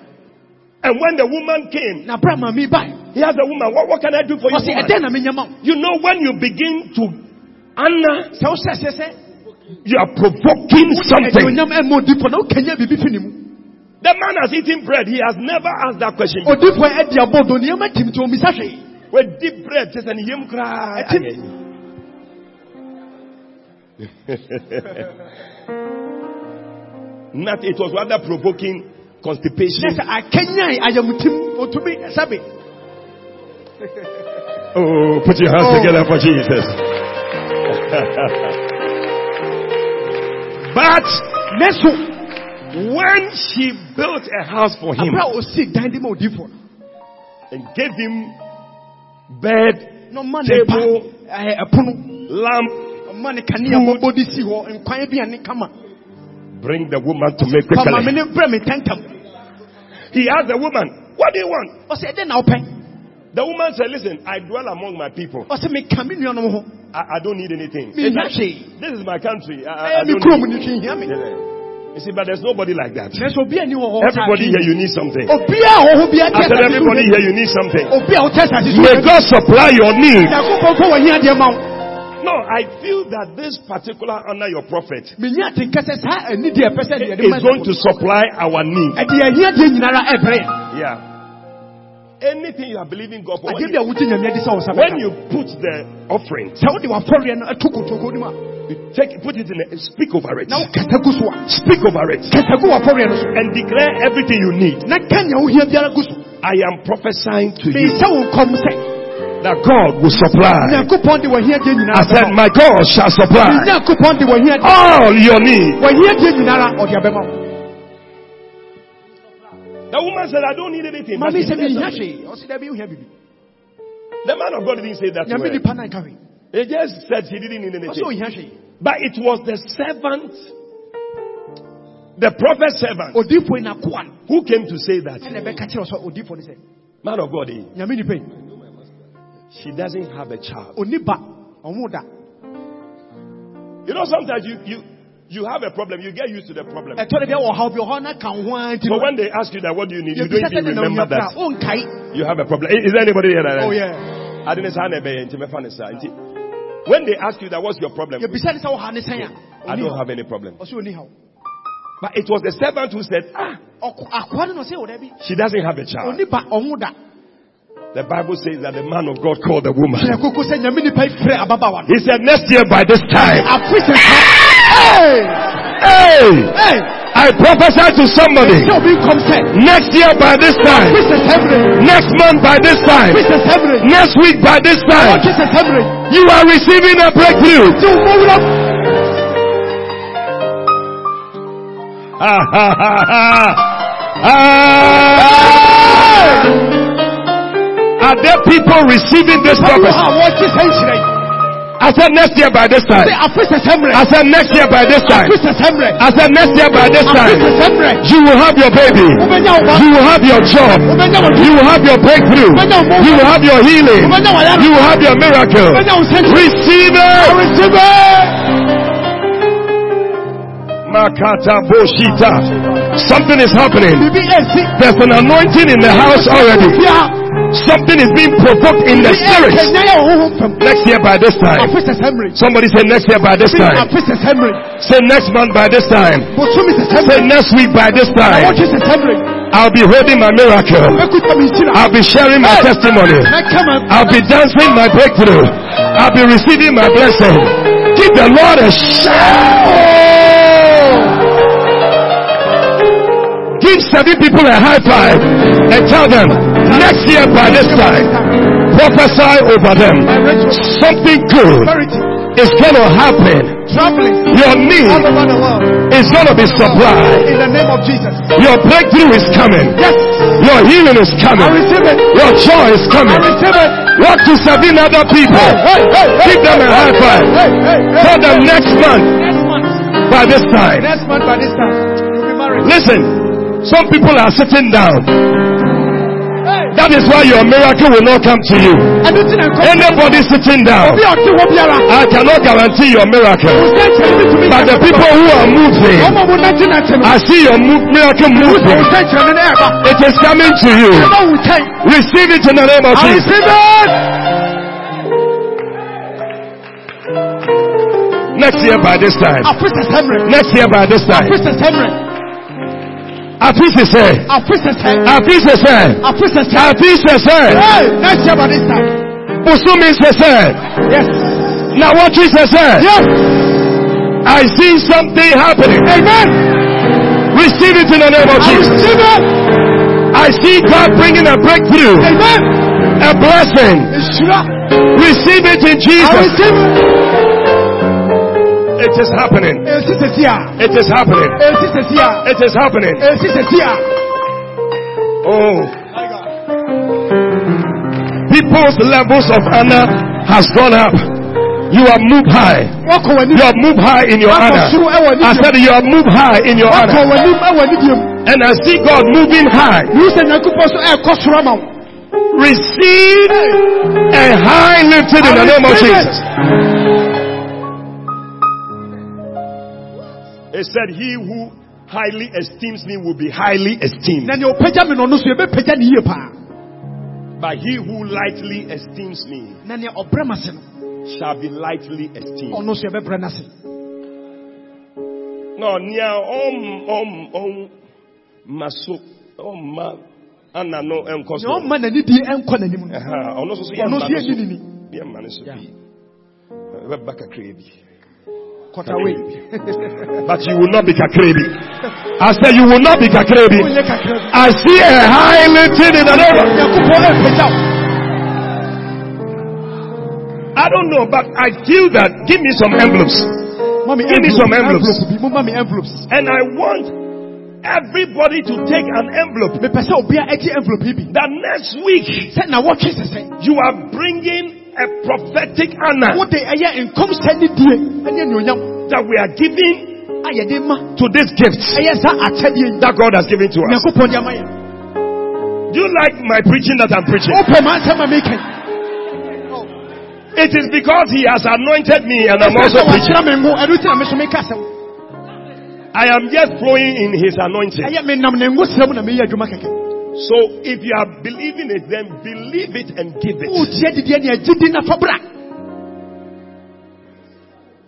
A: And when the woman came,
B: na brɛ maame bae
A: he asked the woman, what, what can I do for you?
B: ɔse
A: woman?
B: ɛdɛn na menya ma wo
A: You know, when you begin to honor,
B: sɛ wohyɛ seɛ sɛ
A: you are provoking something.
B: ɛdeonyam ɛma odipo na wokanya biribi fi ne mu
A: The man has eaten bread. He has never asked that question.
B: odipo ɛdi abɔdo nneɛma tim nti ɔmmisa hwee
A: With deep bread, just an yam cry.
B: Ɛtim.
A: Not, it was rather provoking
B: na
A: constipation.
B: sɛ akanyae ayamtim ɔtumi sɛbe
A: Oh, put your hands
B: Oh.
A: together for Jesus. but
B: nanso
A: when she built a house for him
B: abrɛ a ɔsii dan de ma odipo
A: and gave him bed,
B: na ɔma ne pa
A: Table.
B: ɛɛ, ɛpono
A: lamp,
B: ɔma ne kanea bɔbɔ de si hɔ nkwan bi a ne kama
A: bring the woman to me
B: pa maame
A: quickly.
B: ne brɛ me tantam
A: He asked the woman, What do you want?
B: ɔsɛ ɛdɛn na wopɛ
A: The woman said, Listen, I dwell among my people.
B: ɔsɛ meka me nuanom ho
A: I, I don't need anything.
B: mehia hwee
A: This is my country. I, I, I
B: ɛyɛ Eh, me
A: don't
B: kurom
A: need
B: ne hwee hia me
A: You see, but there's nobody like that.
B: nanso obi ani wɔ hɔ
A: Everybody here, you need something.
B: obia a ɔwɔ hɔ bia
A: Oh, I Oh,
B: tɛ
A: said,
B: sase
A: Everybody here, you need something.
B: obi a ɔtɛ sase so
A: May God supply your need.
B: nyankopɔn fɔ wɔhia deɛ ma wo
A: No, I feel that this particular honor your prophet
B: menya te nkɛ sɛ saa ani deɛ ɛpɛ sɛ deɛ de
A: is
B: ma
A: going to supply our need.
B: ɛde ahia deɛ nyinara ɛbrɛ
A: Yeah. Anything you are believing God for. When you,
B: adeɛ bi a wogye nyame ade sɛ wo
A: when
B: sɛ
A: you put the offering,
B: sɛ wode wafɔreɛ no ato kotoko no mu a
A: you take put it in a, speak over it.
B: na wokasa gu so a
A: Speak over it.
B: kasa gu wafɔreɛ no so
A: And declare everything you need.
B: na ka nea wohia biara gu so
A: I am prophesying to
B: Meyɛ
A: you
B: sɛ wo nkɔm sɛ
A: that God will supply.
B: Nyankopɔn de wahia
A: I
B: deɛ nyinaa
A: said,
B: bɛma
A: My God shall
B: wo.
A: supply
B: Nyankopɔn de wahia deɛ
A: all your needs.
B: wahia deɛ nyinaa ɔde abɛma wo.
A: The woman said, I don't need anything. But
B: Maame
A: he
B: sɛ
A: said
B: mehia
A: something.
B: hwee. Ɔse dabi wohia bibi.
A: The man of God didn't say that.
B: Nyame
A: word.
B: nipa na nka hwee.
A: He just said she didn't need
B: Ɔse
A: anything.
B: ohia hwee.
A: But it was the servant, the prophet servant,
B: Odiyifoɔ yi na koa no.
A: who came to say that.
B: Ɛna ɛbɛka kyerɛ wo sɛ odiyifoɔ no sɛ,
A: Man of God, eh,
B: Nyame nipa yi,
A: she doesn't have a child.
B: onni ba, ɔnwo da.
A: You know, sometimes you, you, you have a problem, you get used to the problem.
B: Ɛtɔ da bi a ɔhaw bi wɔ hɔ na ka wo ho ara nti
A: So
B: no,
A: when they ask you that, what do you need? You don't
B: yebisa sɛ
A: even
B: ne na
A: remember
B: wonya bra,
A: that.
B: ɔnkae.
A: You have a problem. Is there anybody here that
B: Oh, yeah.
A: I didn't sign a bay, nti mɛfa ne saa. Nti, When they ask you that, what's your problem?
B: Yebisa ne sɛ wo ha ne sɛn a,
A: I
B: onni
A: don't
B: haw.
A: have any problem.
B: Ɔse onni haw.
A: But it was the servant who said, ah,
B: Ɔko- akoa no na ɔse, "Wo dabi,
A: she doesn't have a child.
B: onni ba, ɔnwo da."
A: The Bible says that the man of God called the woman.
B: Kyerɛ koko sɛ Nyame nipa yi frɛ ababaawa no.
A: He said, next year by this time,
B: Appreciate Ah, that.
A: hey,
B: Hey! Hey!
A: I prophesy to somebody.
B: Sɛ obi nkɔm sɛ,
A: Next year by this time,
B: Christ is everywhere.
A: next month by this time,
B: Christ is everywhere.
A: next week by this time,
B: Christ is everywhere.
A: you are receiving a breakthrough.
B: Ti wo mɔwura-
A: Ha, ha, ha, ha. Ah! Are there people receiving this prophecy?
B: Ah, wɔkye sɛ nhyerɛn.
A: I said next year by this
B: Sɛ
A: time.
B: afe sɛsɛmmerɛ.
A: I said next year by this time.
B: Afe sɛsɛmmerɛ.
A: I said next year by this
B: Afe
A: time.
B: sɛsɛmmerɛ.
A: You will have your baby.
B: Wobɛnya wo ba.
A: You will have your job.
B: Wobɛnya wo
A: You will have your breakthrough. You will have your healing.
B: Wobɛnya wo yare.
A: You will have your miracle.
B: Wobɛnya wo nsɛnkyerɛ.
A: Receive it. Receive it. Makata boshita. Something is happening.
B: Biribi ɛnsi.
A: There's an anointing in the house already.
B: Fia.
A: Something is being provoked in the
B: Biribi
A: spirit.
B: ɛnkɛnyɛ wo honhom fam.
A: Next year by this time.
B: Afe sɛsɛmmerɛ.
A: Somebody say next year by this
B: Biribi
A: time.
B: afe sɛsɛmmerɛ.
A: Say next month by this time.
B: Bosome
A: Say
B: sɛsɛmmerɛ.
A: next week by this time.
B: Wɔkye sɛsɛmmerɛ.
A: I'll be holding my miracle.
B: Mɛkuta me nhyira.
A: I'll be sharing my testimony.
B: Mɛka ma-
A: I'll be dancing my breakthrough. I'll be receiving my blessing. Give the Lord a shout. Give seven people a high five and tell them next year by this time, prophesy over them. Something good
B: Prosperity.
A: is going to happen.
B: Traveling.
A: Your
B: All
A: need
B: over the world.
A: is going to be supplied.
B: In the name of Jesus.
A: Your breakthrough is coming.
B: Yes.
A: Your healing is
B: I
A: coming.
B: receive it.
A: Your joy is
B: I
A: coming.
B: receive it.
A: What to seven other people.
B: Hey, hey, hey, hey,
A: Give them a
B: hey,
A: high
B: hey,
A: five.
B: hey, hey, hey,
A: Tell them
B: hey.
A: next month
B: Next month.
A: by this time.
B: Next month by this time, you'll be married.
A: Listen, some people are sitting down.
B: Hey,
A: That is why your miracle will not come to you.
B: I don't think I'm coming.
A: Anybody sitting down,
B: Be on two of Yara.
A: I cannot guarantee your miracle.
B: Stand telling me to me.
A: But Uh, the people who are moving,
B: Mama will not in at him.
A: I see your mo- miracle moving.
B: Stand telling me ever.
A: It is coming to you.
B: You know we take.
A: Receive it in the name of
B: I
A: Jesus.
B: receive it.
A: Next year by this time.
B: I fist is Henry.
A: Next year by this
B: I
A: time.
B: fist is Henry.
A: Afis is here.
B: I fist is Henry.
A: Afis is here.
B: I fist is Henry.
A: Afis is here.
B: Hey, next year by this time.
A: Busumi is here.
B: Yes.
A: Now what is here?
B: Yes.
A: I see something happening.
B: Amen.
A: Receive it in the name of
B: I
A: Jesus.
B: receive it.
A: I see God bringing a breakthrough,
B: Amen.
A: a blessing.
B: It's sure.
A: Receive it in
B: I
A: Jesus.
B: receive it.
A: It is happening.
B: It's just here.
A: It is happening.
B: It's just here.
A: It is happening.
B: It's just here.
A: Oh. People's levels of honor has gone up. You are moved high.
B: Walk on
A: You are moved high in your honor. I said you are moved high in your honor.
B: w'anim ɛwɔ ne diem
A: And I see God moving high.
B: ne sɛ nyankopɔn so ɛɛkɔ soro ama wo
A: receive a high lifted in the name of Jesus. It said, He who highly esteems me will be highly esteemed.
B: na neɛ ɔpagya me no no so yɛbɛpagya ne yie paa
A: But he who lightly esteems me
B: na neɛ ɔbrɛ m ase no
A: shall be lightly esteemed.
B: ɔno so yɛbɛbrɛ no ase
A: No, near om om om maso om ma anano
B: neɛ
A: enkoso.
B: ɔmma n'anidie ɛnkɔ n'anim no
A: Aha, ɔno nso so
B: ɔno so
A: yɛ
B: yɛnni ne ni
A: Eh, mma no so bi. Ɛbɛba kakra bi.
B: Cut away.
A: But you will not be kakrebi. I said you will not be kakrebi.
B: Wonyɛ kakra bi.
A: I see a high lifting in the name of
B: Onyankopɔn apagya wo.
A: I don't know, but I feel that. Give me some envelopes.
B: Ma me
A: Give me some
B: envelope,
A: envelopes.
B: envelope bi. Momma me envelopes.
A: And I want everybody to take an envelope.
B: Mepɛ sɛ obiara agye envelope yi bi.
A: That next week,
B: Sɛ na wɔtwe sɛsɛ.
A: you are bringing a prophetic honor
B: Wode ɛyɛ nkɔmhyɛ ne die ɛne anuonyam
A: that we are giving
B: a yɛde ma
A: to this gift
B: ɛyɛ saa akyɛdeɛ yi.
A: that God has given to us.
B: Nyankopɔn de ama yɛn.
A: Do you like my preaching that I'm preaching?
B: Wopɛ ma nsɛm a meka yi.
A: It is because He has anointed me and I'm
B: Ɛfiri
A: also
B: sɛ
A: preaching.
B: wakyerɛ me ngo, ɛno nti na me nso meka asɛm.
A: I am just flowing in His anointing.
B: Ɛyɛ menam ne ngo serɛ mu na meyɛ adwuma kɛkɛ.
A: So if you are believing it, then believe it and give it.
B: Wotia didiɛ ne agye di na fa bra.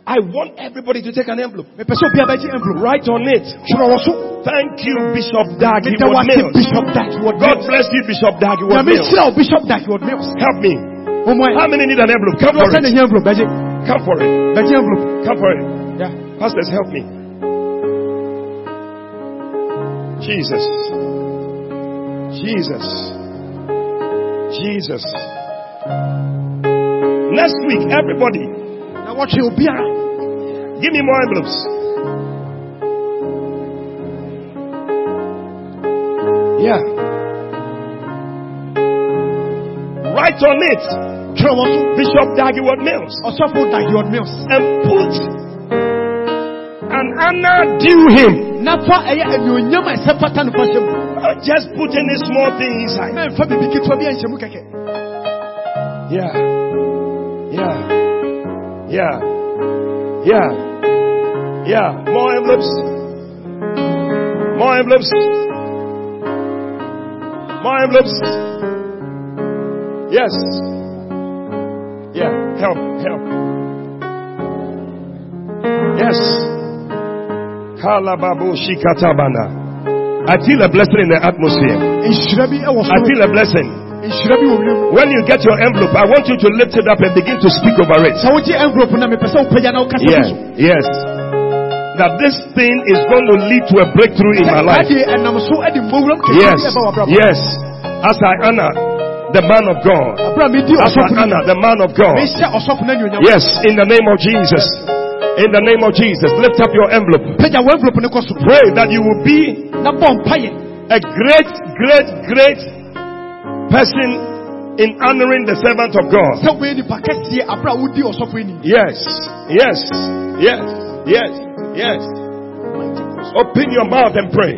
A: I want everybody to take an envelope.
B: Mepɛ sɛ obiara bɛgye envelope.
A: Write on it.
B: Twerɛ wɔ so.
A: Thank you, Bishop Dagi.
B: Meda wase Bishop Dagwood
A: God
B: Mills.
A: bless you, Bishop Dagi.
B: Nyame hyira wo Bishop Dagwood Mills.
A: Help me.
B: Wo mmoa
A: How
B: ɛ.
A: many need an envelope? Come for
B: Wɔ sɛ ne
A: it.
B: hia envelope bɛgye.
A: Come for it.
B: Bɛgye envelope.
A: Come for it.
B: Ya.
A: Pastors, help me. Jesus. Jesus. Jesus. Next week, everybody,
B: Na wɔtwe obiara.
A: give me more envelopes. Yeah. Write on it,
B: Twerɛ wɔ so.
A: Bishop Dagwood Mills,
B: Ɔsɔfo Dagwood Mills.
A: and put an honor due him.
B: Na fa ɛyɛ anuonyam a ɛsɛ fata no fa hyɛ mu.
A: Not Uh, just put any small thing inside.
B: Na mfa biribi ketewa bi anhyɛ mu kɛkɛ.
A: Yeah. Yeah. Yeah. Yeah. Yeah. More envelopes. More envelopes. More envelopes. Yes. Yeah. Help. Help. Yes. Kalababu shikatabana. I feel a blessing in the atmosphere.
B: Nhyira bi ɛwɔ
A: I feel
B: soro.
A: a blessing.
B: Nhyira bi wɔ wiem.
A: When you get your envelope, I want you to lift it up and begin to speak over it.
B: Sɛ wogye envelope na mepɛ sɛ wopagya na wokasa
A: Yes,
B: bi so.
A: yes. That this thing is going to lead to a breakthrough in my
B: Sɛ
A: life.
B: adeɛ ɛnam so ɛde mmɔwuram kɛkɛ
A: Yes,
B: bi ɛba w'abrabɔ.
A: yes. As I honor the man of God.
B: Abra medi
A: As I
B: ɔsɔfo no.
A: honor the man of God.
B: Mehyɛ ɔsɔfo no anuonyam.
A: Yes, in the name of Jesus. In the name of Jesus. Lift up your envelope.
B: Pagya wo envelope no kɔ so.
A: Pray that you will be
B: Na bɔ mpayɛ.
A: a great, great, great person in honoring the servant of God.
B: Sɛ woyɛ nipa kɛseɛ abra a wodi ɔsɔfo anim.
A: Yes, yes, yes, yes, yes. Open your mouth and pray.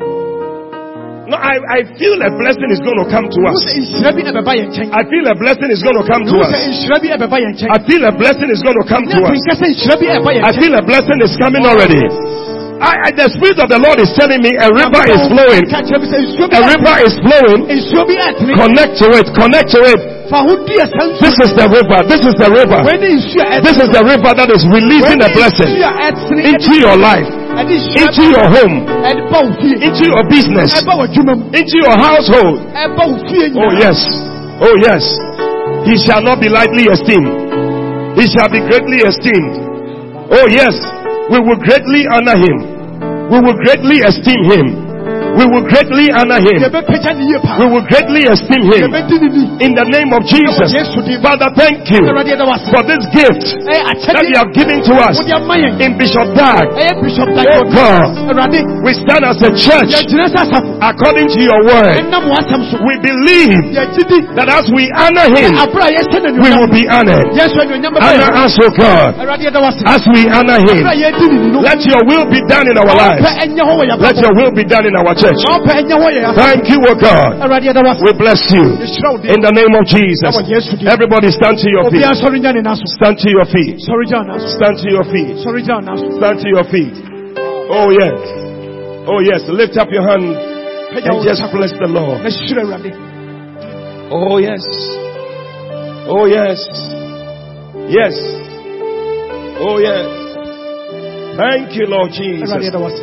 A: No, I, I feel a blessing is going to come to
B: Wo
A: us.
B: sɛ nhyira bi ɛbɛba yɛn nkyɛn.
A: I feel a blessing is going to come to
B: Wo
A: us.
B: sɛ nhyira bi ɛbɛba yɛn nkyɛn.
A: I feel a blessing is going to come
B: Na
A: to us.
B: nka sɛ nhyira bi ɛbɛba yɛn
A: I
B: nkyɛn.
A: feel a blessing is coming already. I, I, the Spirit of the Lord is telling me a river is flowing.
B: Ka kyerɛ me sɛ nsuo bi
A: A
B: a-
A: river is flowing.
B: nsuo bi atene.
A: Connect to it. Connect to it.
B: Fa ho dua saa nsuo.
A: This is the river. This is the river.
B: Wei ne nsuo a ɛtene.
A: This is the river that is
B: Wei
A: releasing
B: ne
A: a blessing
B: nsuo a ɛtene.
A: into your life,
B: Ɛde nhyira
A: into your home.
B: ɛde ba wo fie.
A: into your business,
B: Ɛba w'adwuma mu.
A: into your household.
B: Ɛba wo fie
A: Oh,
B: nyinaa.
A: yes. Oh, yes. He shall not be lightly esteemed. He shall be greatly esteemed. Oh, yes. We will greatly honor him. We will greatly esteem him. We will greatly honor him.
B: Yɛbɛpagya ne yie paa.
A: We will greatly esteem him.
B: Yɛbɛdi ne ni.
A: In the name of Jesus. Father, thank you
B: Awurade yɛda wo ase.
A: for this gift
B: Ɛyɛ
A: that
B: akyɛdeɛ
A: you have given to us Eh,
B: wode ama yɛn.
A: in Bishop Dag.
B: Ɛyɛ Eh, Bishop
A: Oh,
B: Dagwood.
A: God.
B: Awurade,
A: We stand as a church
B: yɛgyina sɛ asafo.
A: according to your word.
B: Ɛnam w'asɛm so.
A: We believe
B: Yɛgye di.
A: that as we honor him,
B: Eh, Abra a yɛhyɛ no
A: Eh. we will
B: anuonyam.
A: be honored.
B: Yɛnso anuonyam bɛba yɛn.
A: Honor us, O God,
B: Awurade yɛda wo ase.
A: as we honor him.
B: Abra a yɛdi ne ni no.
A: Let your will be done in our
B: Pɛ
A: lives.
B: ɛnyɛ hɔ wɔ yɛn
A: Let
B: abrabɔ.
A: your will be done in our church.
B: Wɔn pɛ ɛnyɛ hɔ yɛ yɛn abrabɔ.
A: Thank you, O God.
B: Awurade yɛda wo ase.
A: We bless you.
B: Yɛhyira wo
A: In
B: din.
A: the name of Jesus. Everybody stand to your feet.
B: Obiara sɔre gya ne nan so.
A: Stand to your feet.
B: Sɔre gya wo nan so.
A: Stand to your feet.
B: Sɔre gya wo nan so.
A: Stand to your feet. Oh, yes. Oh, yes. Lift up your hand
B: Pagya
A: and
B: wo
A: just
B: nsa
A: bless the Lord.
B: na hyira Awurade.
A: Oh, yes. Oh, yes. Yes. Oh, yes. Thank you, Lord
B: Awurade
A: Jesus.
B: yɛda wo ase.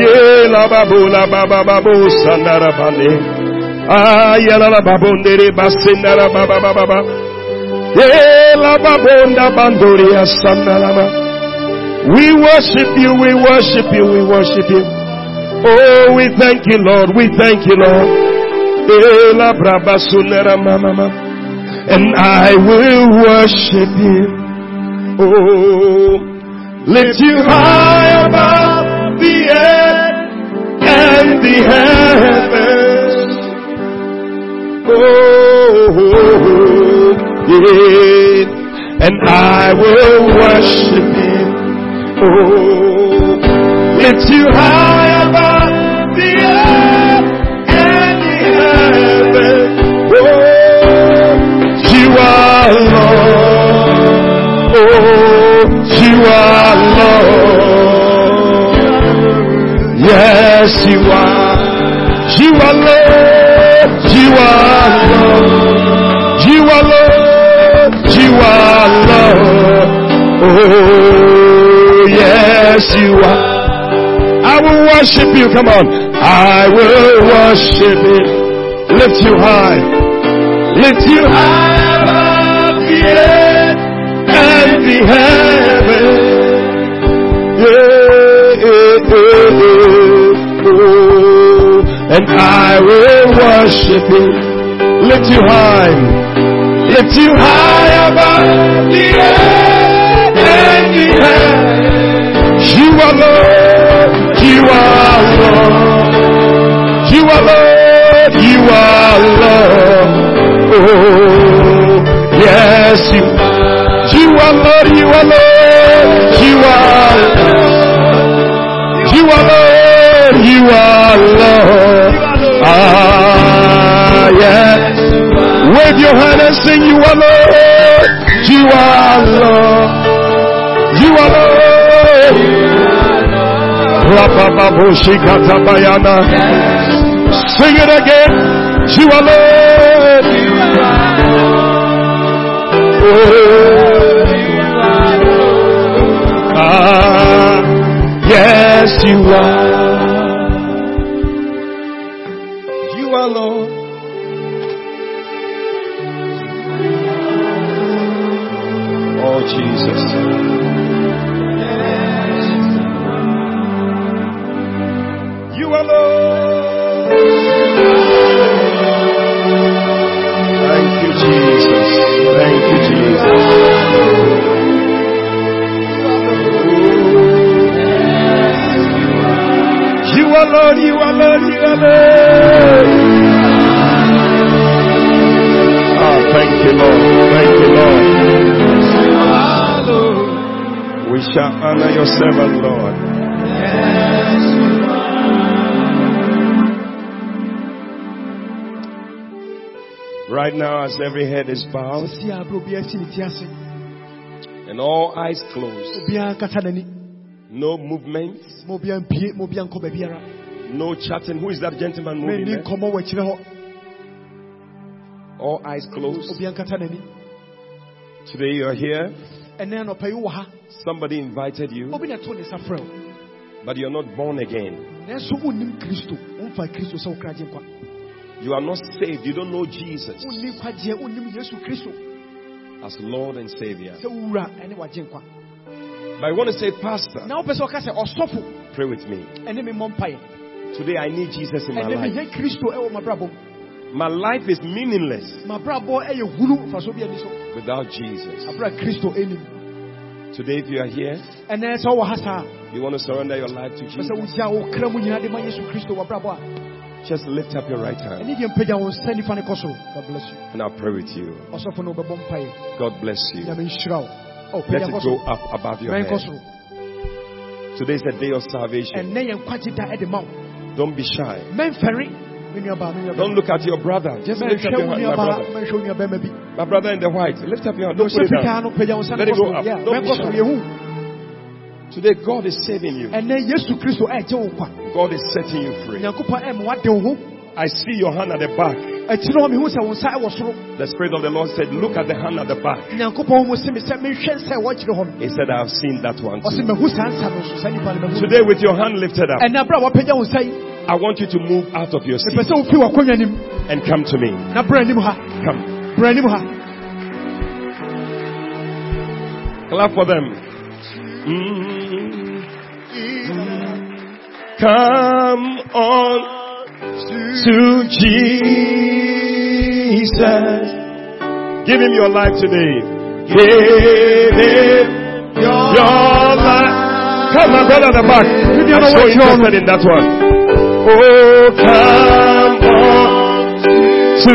A: Ye la babu la baba babu sandara bale. Ah, ye la la babu ndere basindara baba baba baba. Ye la babu nda bandori asandara ba. We worship you, we worship you, we worship you. Oh, we thank you, Lord, we thank you, Lord. Ye la braba sunera mama mama. And I will worship you. Oh, lift you high above the earth and the heavens. Oh, yeah, and I will worship Him. Oh, lift you high above the earth and the heavens. Oh, you are Lord. Oh, you are Lord. Yes, you are. You are Lord. You are Lord. You are Lord. You are Lord. Oh, yes, you are. I will worship you. Come on. I will worship you. Lift you high. Lift you high above the earth and the heaven. Yeah, yeah, yeah, yeah. Oh, and I will worship you. Lift you high. Lift you high above the earth and the heaven. You are Lord. You are Lord. You are Lord, you are Lord. Oh, yes, you are. You are Lord, you are Lord, you are Lord. You are Lord, you are Lord. Ah, yes. Wave your hand and sing, you are Lord, you are Lord. You are Lord. Rapapabushikatabayana. Sing it again. You are Lord. Oh. Ah, yes, you are. You are Lord. Oh, Jesus. You alone. Thank you, Jesus. Thank you, Jesus. You alone, you alone, you alone. Ah, thank you, Lord. Thank you, Lord. We shall honor your servant, Lord. Right now, as every head is bowed
B: Ɔsi abere obiara si ne ti ase.
D: and all eyes closed,
B: Obiara nkata n'ani.
D: no movement,
B: Ma obiara mpie, ma obiara nkɔ baabiara.
D: no chatting. Who is that gentleman
B: Ma nni
D: moving? there?
B: nkɔmmɔ wɔ akyire hɔ.
D: All eyes closed.
B: Obiara nkata n'ani.
D: Today you're here.
B: Ɛnɛ anɔpa yi wɔ ha.
D: Somebody invited you,
B: Obi na ɛtoo ne nsa frɛ wo.
D: but you're not born again.
B: Nanso wonnim Kristo. Womfaa Kristo sɛ wo kra gye nkwa.
D: You are not saved. You don't know Jesus
B: Wonni nkwagyeɛ, wonnim Yesu Kristo
D: as Lord and Savior.
B: sɛ wo wura ɛne w'agye nkwa.
D: But I want to say, Pastor,
B: Na wopɛ sɛ ɔka sɛ ɔsɔfo
D: pray with me.
B: ɛne me mmɔ mpaeɛ.
D: Today I need Jesus in my
B: Ɛnɛ
D: life.
B: mehia Kristo ɛwɔ m'abrabɔ
D: My life is meaningless
B: mu. M'abrabɔ ɛyɛ hunu mfasoɔ biara nni so.
D: without Jesus.
B: Abra Kristo anim.
D: Today, if you are here,
B: Ɛnɛ sɛ wowɔ ha saa,
D: you want to surrender your life to
B: pɛ
D: Jesus,
B: sɛ wogyaa wo kra mu nyinaa de ma Yesu Kristo w'abrabɔ a,
D: just lift up your right hand
B: ɛne deɛ mpagya wo nsa nifa ne kɔ soro. God bless you.
D: and I'll pray with you.
B: Ɔsɔfo no wobɛbɔ mpaeɛ.
D: God bless you.
B: Nyame nhyira wo. Ɔ,
D: Let
B: pagya
D: it
B: kɔ
D: go
B: soro.
D: up above your
B: Bɛn kɔ
D: head.
B: soro.
D: Today is the day of salvation.
B: Ɛnɛ yɛ nkwagye da ɛde ma wo.
D: Don't be shy.
B: Mɛmfɛre. Me nuabaa, me nuabaa.
D: Don't look at your brother. Just
B: Mɛnhwɛ
D: look at your,
B: wo
D: my
B: nuabaa,
D: brother.
B: mɛnhwɛ wo nuabarima bi.
D: My brother in the white, lift up your hand. Don't put
B: Hyɛ
D: it
B: fitaa
D: down.
B: no pagya wo nsa na
D: Let it go
B: kɔ
D: up.
B: soro. Yeah,
D: Don't be
B: mɛnkɔ soro
D: shy.
B: yɛhu.
D: Today, God is saving you.
B: Ɛnnɛ, Yesu Kristo e ɛregye wo kwa.
D: God is setting you free.
B: Onyankopɔn ɛrema woade wo ho.
D: I see your hand at the back.
B: Akyire hɔ, mehu sɛ wo nsa e ɛwɔ soro.
D: The Spirit of the Lord said, Look at the hand at the back.
B: Onyankopɔn mu se me sɛ menhwɛ nsa a ɛwɔ akyire hɔ no.
D: He said, I have seen that one
B: Ɔse
D: too.
B: mahu saa nsa no nso, saa nnipa no mahu no.
D: Today, with your hand lifted up,
B: Ɛnnɛ, bere a woapagya wo nsa yi,
D: I want you to move out of your seat
B: mepɛ sɛ wofi w'akonnwa nim
D: and come to me.
B: na bra anim ha.
D: Come.
B: Bra anim ha.
D: Clap for them. Mm. Come on to Jesus. Give him your life today. Give him your life. Come, my brother, at the back. I'm so interested in that one. Oh, come on to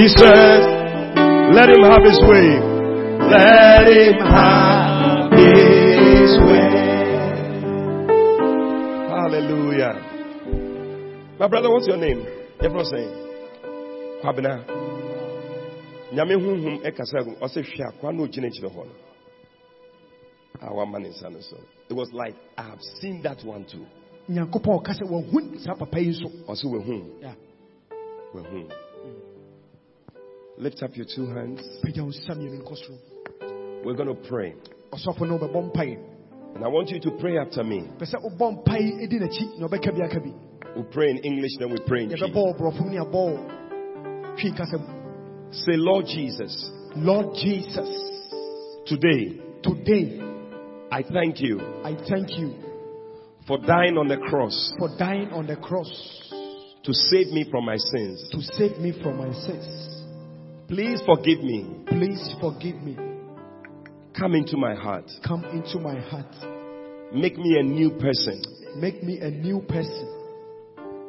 D: Jesus. Let him have his way. Let him have his way. Hallelujah. My brother, what's your name? Everyone saying. Kwabena. Nyame hunhum ɛkasa gu ɔsɛ hwɛ akwa na ogyina akyirɛ hɔ no a wama ne nsa no so it was like i have seen that one too
B: Onyankopɔn ɔka sɛ wahu saa papa yi nso.
D: ɔsɛ wahu
B: Yeah.
D: wahu lift up your two hands
B: Pagya wo nsa mmienu nkɔ soro.
D: we're going to pray
B: Ɔsɔfo no wobɛbɔ mpaeɛ.
D: and i want you to pray after me
B: Pɛ sɛ wobɔ mpaeɛ di n'akyi na ɔbɛka bi aka bi.
D: We pray in English, then we pray in
B: Yɛbɛbɔ
D: Greek.
B: wo borɔfo mu ne yɛabɔ wo twi nkasɛm.
D: Say, Lord Jesus,
B: Lord Jesus,
D: today
B: today
D: I thank you
B: I thank you
D: for dying on the cross
B: for dying on the cross
D: to save me from my sins.
B: to save me from my sins.
D: Please forgive me.
B: Please forgive me.
D: Come into my heart.
B: Come into my heart.
D: Make me a new person.
B: Make me a new person.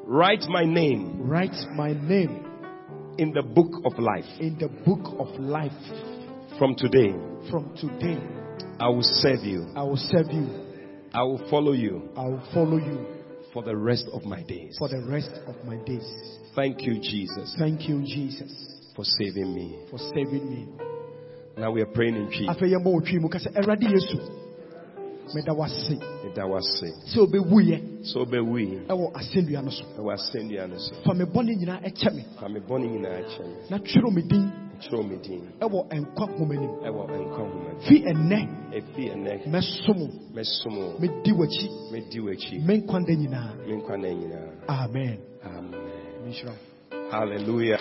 D: Write my name
B: Write my name
D: in the book of life.
B: in the book of life.
D: From today,
B: From today,
D: I will serve you.
B: I will serve you.
D: I will follow you
B: I will follow you
D: for the rest of my days.
B: for the rest of my days.
D: Thank you, Jesus,
B: Thank you, Jesus,
D: for saving me.
B: for saving me.
D: Now we are praying in Jesus.
B: afei yɛmmɔ wo twi mu ka sɛ awurade yesu meda wase
D: That was sin.
B: sɛ obɛwuyɛ
D: So be we.
B: ɛwɔ asɛnnua no so
D: That was sin, the answer.
B: fa me bɔne nyinaa ɛkyɛ me
D: I'm a born in a church.
B: na twerɛ me din
D: Throw me in.
B: ɛwɔ nkwa homa nim
D: ɛwɔ nkwa homa
B: fi ɛnnɛ
D: efi ɛnɛ
B: mɛsom wo
D: mɛsom wo
B: medi w'akyi
D: mɛdi w'akyi
B: me nkwa nda nyinaa
D: me nkwa na nyinaa
B: amen
D: amen
B: menhyira wo
D: hallelujah